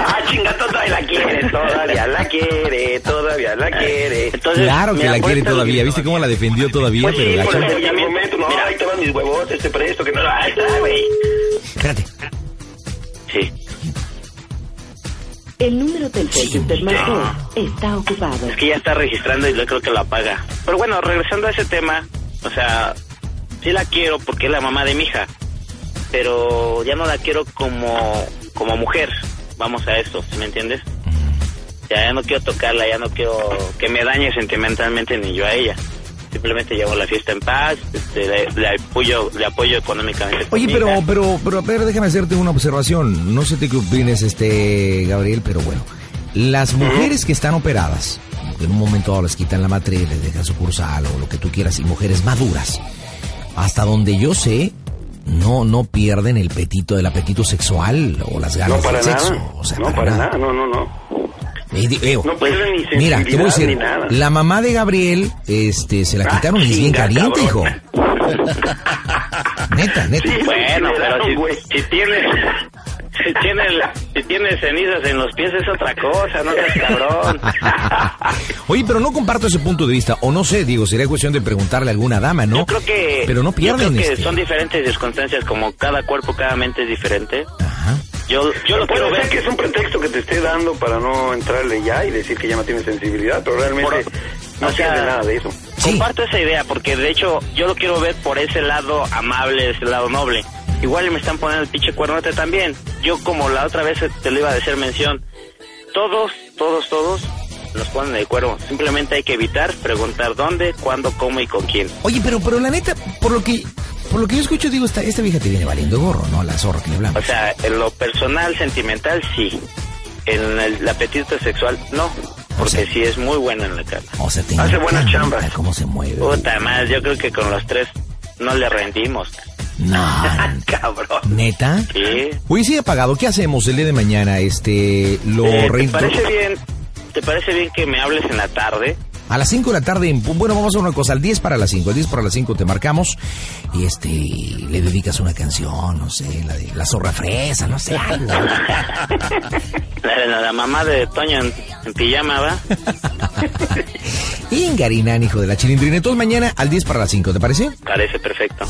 S3: ah, chinga, todavía la quiere, todavía la quiere, todavía la quiere. Entonces,
S2: Claro que
S3: mira,
S2: la
S3: por
S2: quiere
S3: esto-
S2: todavía, ¿viste cómo la defendió todavía?
S3: Pues sí,
S2: Pero la
S3: por
S2: chava-
S3: eso-
S7: Ya mi momento, no, ahí te van mis huevotes, te presto, que no lo ahí está, güey.
S2: Espérate,
S3: Sí.
S4: El número telcel que usted marcó está ocupado.
S3: Es que ya está registrando y yo creo que lo apaga. Pero bueno, regresando a ese tema, o sea, sí la quiero porque es la mamá de mi hija, pero ya no la quiero como, como mujer. Vamos a eso, ¿sí me entiendes? Ya, ya no quiero tocarla, ya no quiero que me dañe sentimentalmente ni yo a ella. Simplemente llevo la fiesta en paz, este, le, le apoyo, le apoyo económicamente. con
S2: Oye,
S3: mi
S2: pero,
S3: hija.
S2: pero, pero, a ver, déjame hacerte una observación. No sé te qué opines, este, Gabriel, pero bueno. Las mujeres que están operadas, porque en un momento dado les quitan la matriz, les dejan sucursal o lo que tú quieras, y mujeres maduras, hasta donde yo sé, no, no pierden el petito, el apetito sexual o las ganas
S7: No, para
S2: del
S7: nada.
S2: sexo. O sea,
S7: no, para, nada. no, no, no.
S2: Y di- eh,
S7: No pierden ni
S2: mira, te voy a
S7: sensibilidad ni
S2: decir,
S7: nada.
S2: la mamá de Gabriel, este, se la
S7: Ah,
S2: quitaron y es bien
S7: chinga,
S2: caliente, hijo.
S7: cabrón.
S2: [laughs] Neta, neta.
S3: Bueno, pero
S7: Claro, güey.
S3: si, si tienes... Si tienes, si tienes cenizas en los pies es otra cosa, no seas cabrón.
S2: Oye, pero no comparto ese punto de vista, o no sé, digo, sería cuestión de preguntarle a alguna dama, [laughs] ¿no?
S3: Yo creo que...
S2: Pero no pierden
S3: yo creo que
S2: este.
S3: son diferentes circunstancias, como cada cuerpo, cada mente es diferente.
S2: Ajá.
S3: Yo, yo lo
S7: Puede
S3: quiero
S7: ser
S3: ver...
S7: que es un pretexto que te esté dando para no entrarle ya y decir que ya no tienes sensibilidad, pero realmente
S3: Por-
S7: no
S3: o sea,
S7: pierde nada de eso.
S2: Sí.
S3: Comparto esa idea porque de hecho yo lo quiero ver por ese lado amable, ese lado noble. Igual y me están poniendo el pinche cuernote también. Yo como la otra vez te lo iba a decir mención, todos, todos, todos nos ponen el cuerno. Simplemente hay que evitar preguntar dónde, cuándo, cómo y con quién.
S2: Oye, pero, pero la neta, por lo que, por lo que yo escucho, digo, esta, esta vieja te viene valiendo gorro, ¿no? La zorra que le
S3: O
S2: hablamos.
S3: sea, en lo personal, sentimental, sí. En el, el apetito sexual, no. Porque sí es muy buena en la cara.
S2: O sea, te
S7: hace
S2: encanta
S7: buenas chambas.
S2: ¿Cómo se mueve?
S3: Puta más, yo creo que con los tres no le rendimos. [laughs]
S2: No,
S3: Cabrón. [laughs]
S2: neta.
S3: Sí.
S2: Oye, sí, apagado. ¿Qué hacemos el día de mañana? Este, lo
S3: Eh, ¿Te
S2: reintro-
S3: parece bien? ¿Te parece bien que me hables en la tarde?
S2: A las 5 de la tarde, en pu- bueno, vamos a hacer una cosa, al 10 para las 5, al 10 para las 5 te marcamos y este, le dedicas una canción, no sé, la de la zorra fresa, no sé, algo.
S3: La, la- la mamá de Toño en, en pijama, [laughs] ¿va?
S2: Ingarinán, hijo de la chilindrina. Entonces mañana al 10 para las 5, ¿te parece?
S3: Parece perfecto.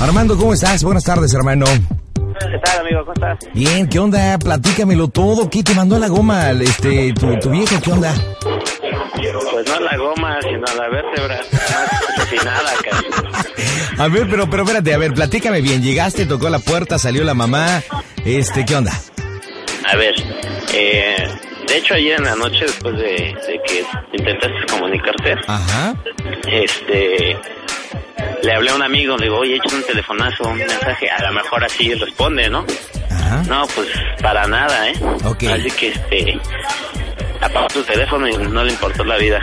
S2: Armando, ¿cómo estás? Buenas tardes, hermano.
S3: ¿Qué tal, amigo? ¿Cómo estás?
S2: Bien, ¿qué onda? Platícamelo todo. ¿Qué te mandó a la goma este, tu, tu vieja? ¿Qué onda?
S3: Pues no la goma, sino la vértebra. Más asesinada, cabrón.
S2: A ver, pero, pero espérate, a ver, platícame bien. Llegaste, tocó la puerta, salió la mamá. Este, ¿qué onda?
S3: A ver, eh, de hecho ayer en la noche, después de, de que intentaste comunicarte,
S2: Ajá.
S3: este le hablé a un amigo, le digo, oye, echa un telefonazo, un mensaje, a lo mejor así responde, ¿no?
S2: Ajá.
S3: No, pues para nada, ¿eh?
S2: Ok.
S3: Así que este. Apagó tu teléfono y no le importó la vida.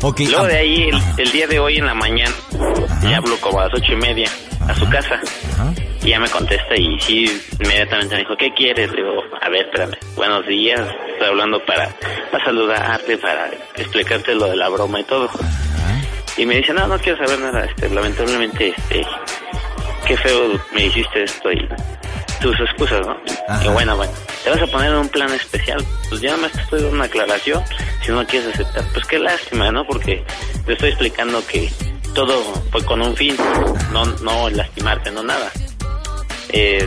S2: Ok.
S3: Luego
S2: ah,
S3: de ahí, el, el día de hoy en la mañana, le hablo como a las ocho y media a su casa.
S2: Ajá.
S3: Y ya me contesta y sí, inmediatamente me dijo, ¿qué quieres? Le digo, a ver, espérame, buenos días, estoy hablando para, para saludarte, para explicarte lo de la broma y todo. Y me dice, no, no quiero saber nada, este, lamentablemente, este, qué feo me hiciste esto y tus excusas, ¿no?
S2: Ajá.
S3: Y bueno, bueno, te vas a poner en un plan especial, pues ya más te estoy dando una aclaración, si no quieres aceptar, pues qué lástima, ¿no? Porque te estoy explicando que todo fue con un fin, no, no lastimarte, no nada. Eh,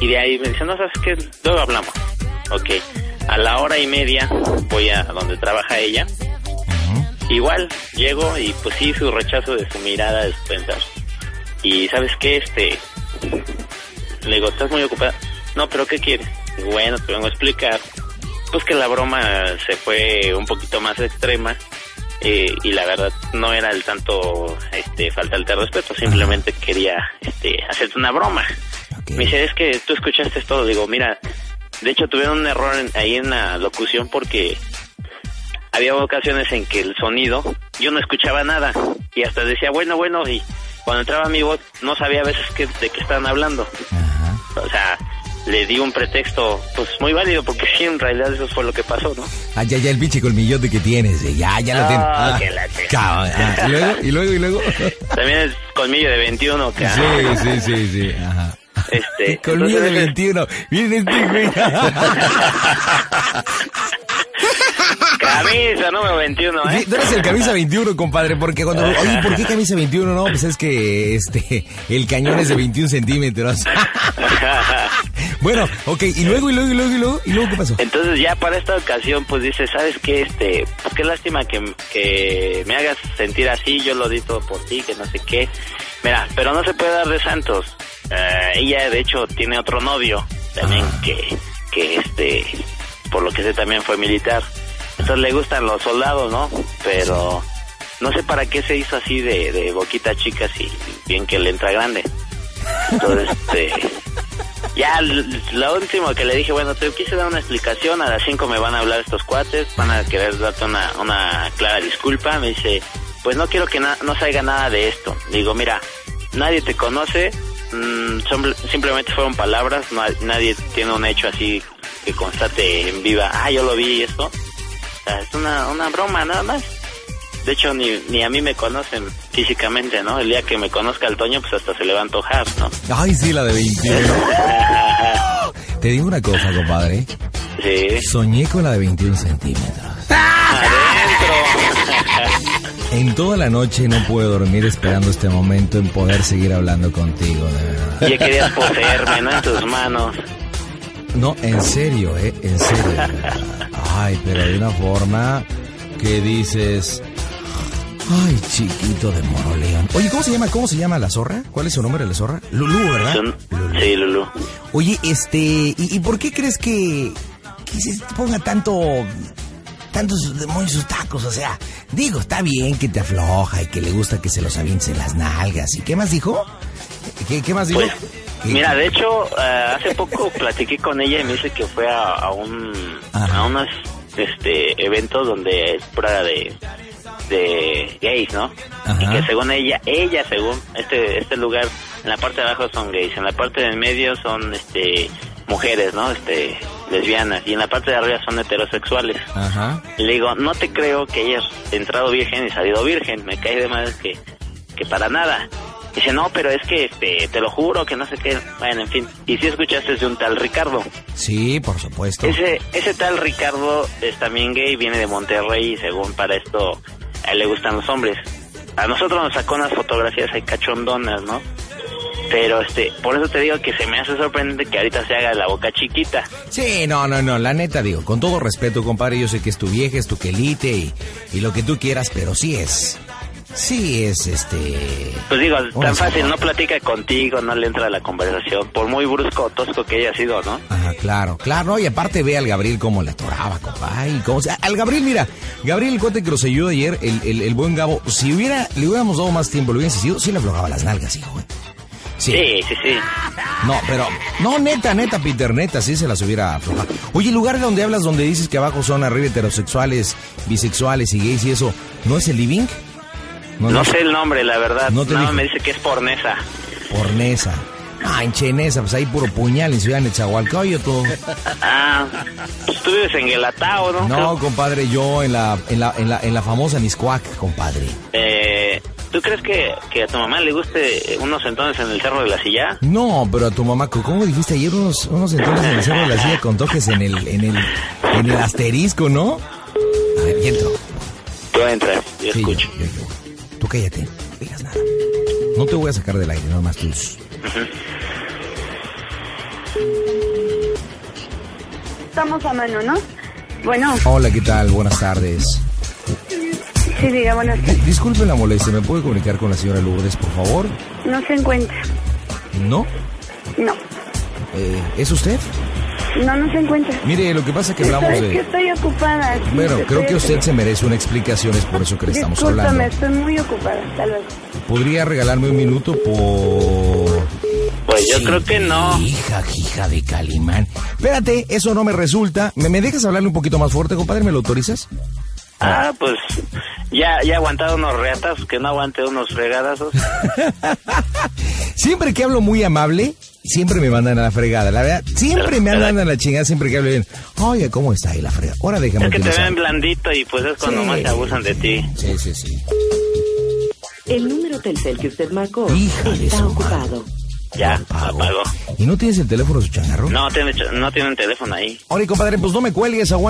S3: y de ahí me dice, no, sabes qué, luego hablamos. Ok, a la hora y media voy a donde trabaja ella. Igual, llego y pues sí, su rechazo de su mirada de su pensar. Y sabes qué, este, le digo, estás muy ocupada. No, pero ¿qué quieres? Digo, Bueno, te vengo a explicar. Pues que la broma se fue un poquito más extrema eh, y la verdad no era el tanto este, falta de respeto, simplemente quería este, hacerte una broma.
S2: ok.
S3: Me dice, es que tú escuchaste todo. Digo, mira, de hecho tuvieron un error en- ahí en la locución porque había ocasiones en que el sonido, yo no escuchaba nada. Y hasta decía, bueno, bueno, y cuando entraba mi voz, no sabía a veces qué- de qué estaban hablando.
S2: Ajá.
S3: O sea, le di un pretexto, pues muy válido, porque [laughs] sí, en realidad eso fue lo que pasó, ¿no?
S2: Ah, ya, ya el pinche colmillote que tienes, eh, ya, ya lo
S3: Ah,
S2: tienes.
S3: que la te-
S2: cabrón, ah, y luego, y luego, y luego.
S3: También es colmillo de 21, que
S2: sí, sí, sí, sí, ajá.
S3: Este,
S2: [laughs] Colmillo de
S3: entonces-
S2: 21. Miren este
S3: [laughs]
S2: güey.
S3: Camisa número 21, ¿eh?
S2: Sí, Tú eres el camisa 21, compadre, porque cuando... Oye, ¿por qué camisa 21? No, pues es que este, el cañón es de 21 centímetros. [laughs] bueno, ok, y luego, y luego, y luego, y luego, y luego, ¿qué pasó?
S3: Entonces ya para esta ocasión pues dice, ¿sabes qué? Este, pues, qué lástima que, que me hagas sentir así, yo lo di todo por ti, que no sé qué. Mira, pero no se puede dar de santos. Eh, ella de hecho tiene otro novio también que, que este, por lo que sé también fue militar. Entonces le gustan los soldados, ¿no? Pero no sé para qué se hizo así de, de boquita chica si bien que le entra grande. Entonces, este, Ya l- la última que le dije, bueno, te quise dar una explicación, a las 5 me van a hablar estos cuates, van a querer darte una, una clara disculpa. Me dice, pues no quiero que na- no salga nada de esto. Digo, mira, nadie te conoce, mm, son- simplemente fueron palabras, no hay- nadie tiene un hecho así que constate en viva, ah, yo lo vi y esto. O sea, es una, una broma nada más. De hecho, ni, ni a mí me conocen físicamente, ¿no? El día que me conozca el Toño, pues hasta se le va a antojar, ¿no?
S2: Ay, sí, la de 21.
S3: [laughs]
S2: Te digo una cosa, compadre.
S3: Sí.
S2: Soñé con la de 21 centímetros. En toda la noche no pude dormir esperando este momento en poder seguir hablando contigo, de verdad.
S3: Ya querías poseerme, ¿no? En tus manos.
S2: No, en serio, ¿eh? En serio. Ay, pero de una forma que dices... Ay, chiquito de moroleón. Oye, ¿cómo se llama? ¿Cómo se llama la zorra? ¿Cuál es su nombre de la zorra? Lulú, ¿verdad?
S3: Son- Sí, Lulu.
S2: Oye, este, ¿y, y por qué crees que, que se ponga tanto, tantos demonios sus tacos? O sea, digo, está bien que te afloja y que le gusta que se los avienten en las nalgas. ¿Y qué más dijo? ¿Qué, qué más dijo?
S3: Pues,
S2: ¿Qué-
S3: Mira, de hecho, eh,
S2: [laughs]
S3: hace poco platiqué con ella y me dice que fue a, a un
S2: Ajá.
S3: a unos este eventos donde es prueba de de gays, ¿no? Y
S2: Ajá.
S3: que según ella, ella según este este lugar en la parte de abajo son gays, en la parte del medio son este mujeres, ¿no? Este lesbianas y en la parte de arriba son heterosexuales.
S2: Ajá.
S3: Y Le digo, no te creo que hayas entrado virgen y salido virgen. Me cae de madre que, que para nada. Dice, no, pero es que este, te lo juro, que no sé qué. Bueno, en fin. Y si escuchaste de un tal Ricardo.
S2: Sí, por supuesto.
S3: Ese, ese tal Ricardo es también gay, viene de Monterrey y según para esto, a él le gustan los hombres. A nosotros nos sacó unas fotografías ahí cachondonas, ¿no? Pero este, por eso te digo que se me hace sorprendente que ahorita se haga la boca chiquita.
S2: Sí, no, no, no, la neta digo, con todo respeto, compadre, yo sé que es tu vieja, es tu quelite y, y lo que tú quieras, pero sí es, sí es este...
S3: Pues digo,
S2: Una
S3: tan fácil,
S2: zorra.
S3: no platica contigo, no le entra a la conversación, por muy brusco o tosco que haya sido, ¿no?
S2: Ajá, claro, claro. No, y aparte ve al Gabriel cómo le atoraba, compa. Ay, cómo se- Al Gabriel, mira, Gabriel, el cuate que nos ayudó ayer, el, el- el buen Gabo, si hubiera, le hubiéramos dado más tiempo, le hubiera insistido, sí le aflojaba las nalgas, hijo. eh. Sí.
S3: Sí, sí, sí.
S2: No, pero, no, neta, neta, Peter, neta, sí se las hubiera aflojado. Oye, el lugar donde hablas, donde dices que abajo son arriba heterosexuales, bisexuales y gays y eso, ¿no es el living?
S3: No sé el nombre, la verdad.
S2: pues, No te
S3: Nada más
S2: dijo.
S3: me dice que es pornesa.
S2: Pornesa. Ah, en Chenesa, pues ahí puro puñal en Ciudad Nezahualcóyotl.
S3: Ah, pues tú vives en Guelatao, ¿no?
S2: No, compadre, yo en la, en la, en la, en la famosa Miscuac, compadre.
S3: Eh, ¿Tú crees que, que a tu mamá le guste unos entonces en el Cerro de la Silla?
S2: No, pero a tu mamá, ¿cómo dijiste ayer unos, unos entones en el cerro de la silla con toques en el, en el, en el asterisco, no? A ver, ya entro.
S3: Tú entras, yo
S2: Sí,
S3: escucho.
S2: yo- yo- yo. Tú cállate, no digas nada. No te voy a sacar del aire, nomás tú.
S5: Estamos a mano, ¿no? Bueno,
S2: Hola, ¿qué tal? Buenas tardes.
S5: sí, diga, buenas
S2: Di- Disculpe la molestia, ¿me puede comunicar con la señora Lourdes, por favor?
S5: No se encuentra.
S2: ¿No?
S5: No,
S2: Eh, ¿Es usted?
S5: no, no se encuentra.
S2: Mire, lo que pasa es que hablamos
S5: Es que
S2: de...
S5: estoy ocupada. sí,
S2: Bueno,
S5: estoy-
S2: creo que usted se merece una explicación, es por eso que le estamos
S5: Discúlpame,
S2: hablando.
S5: estoy muy ocupada. Hasta luego.
S2: ¿Podría regalarme un minuto por...?
S3: Pues yo creo que no.
S2: Hija, hija de Calimán. Espérate, eso no me resulta. ¿Me, me dejas hablarle un poquito más fuerte, compadre? ¿Me lo autorizas?
S3: Ah, pues ya, ya he aguantado unos reatas, que no aguante
S2: [laughs]
S3: unos regadazos.
S2: Siempre que hablo muy amable, siempre me mandan a la fregada. La verdad, siempre me mandan a la chingada, siempre que hablo bien. Oye, ¿cómo está ahí la fregada? Ahora déjame
S3: Es que te
S2: utilizar.
S3: ven blandito y pues es cuando
S2: Sí.
S3: más te abusan de ti.
S2: Sí, sí, sí.
S4: El número Telcel que usted marcó
S2: Hija de su
S4: está
S2: madre.
S4: ocupado.
S3: Ya,
S2: Apago.
S3: apagó.
S2: ¿Y no tienes el teléfono de su changarro?
S3: No, tiene, no tienen teléfono ahí.
S2: Oye, compadre, pues no me cuelgues, aguanta.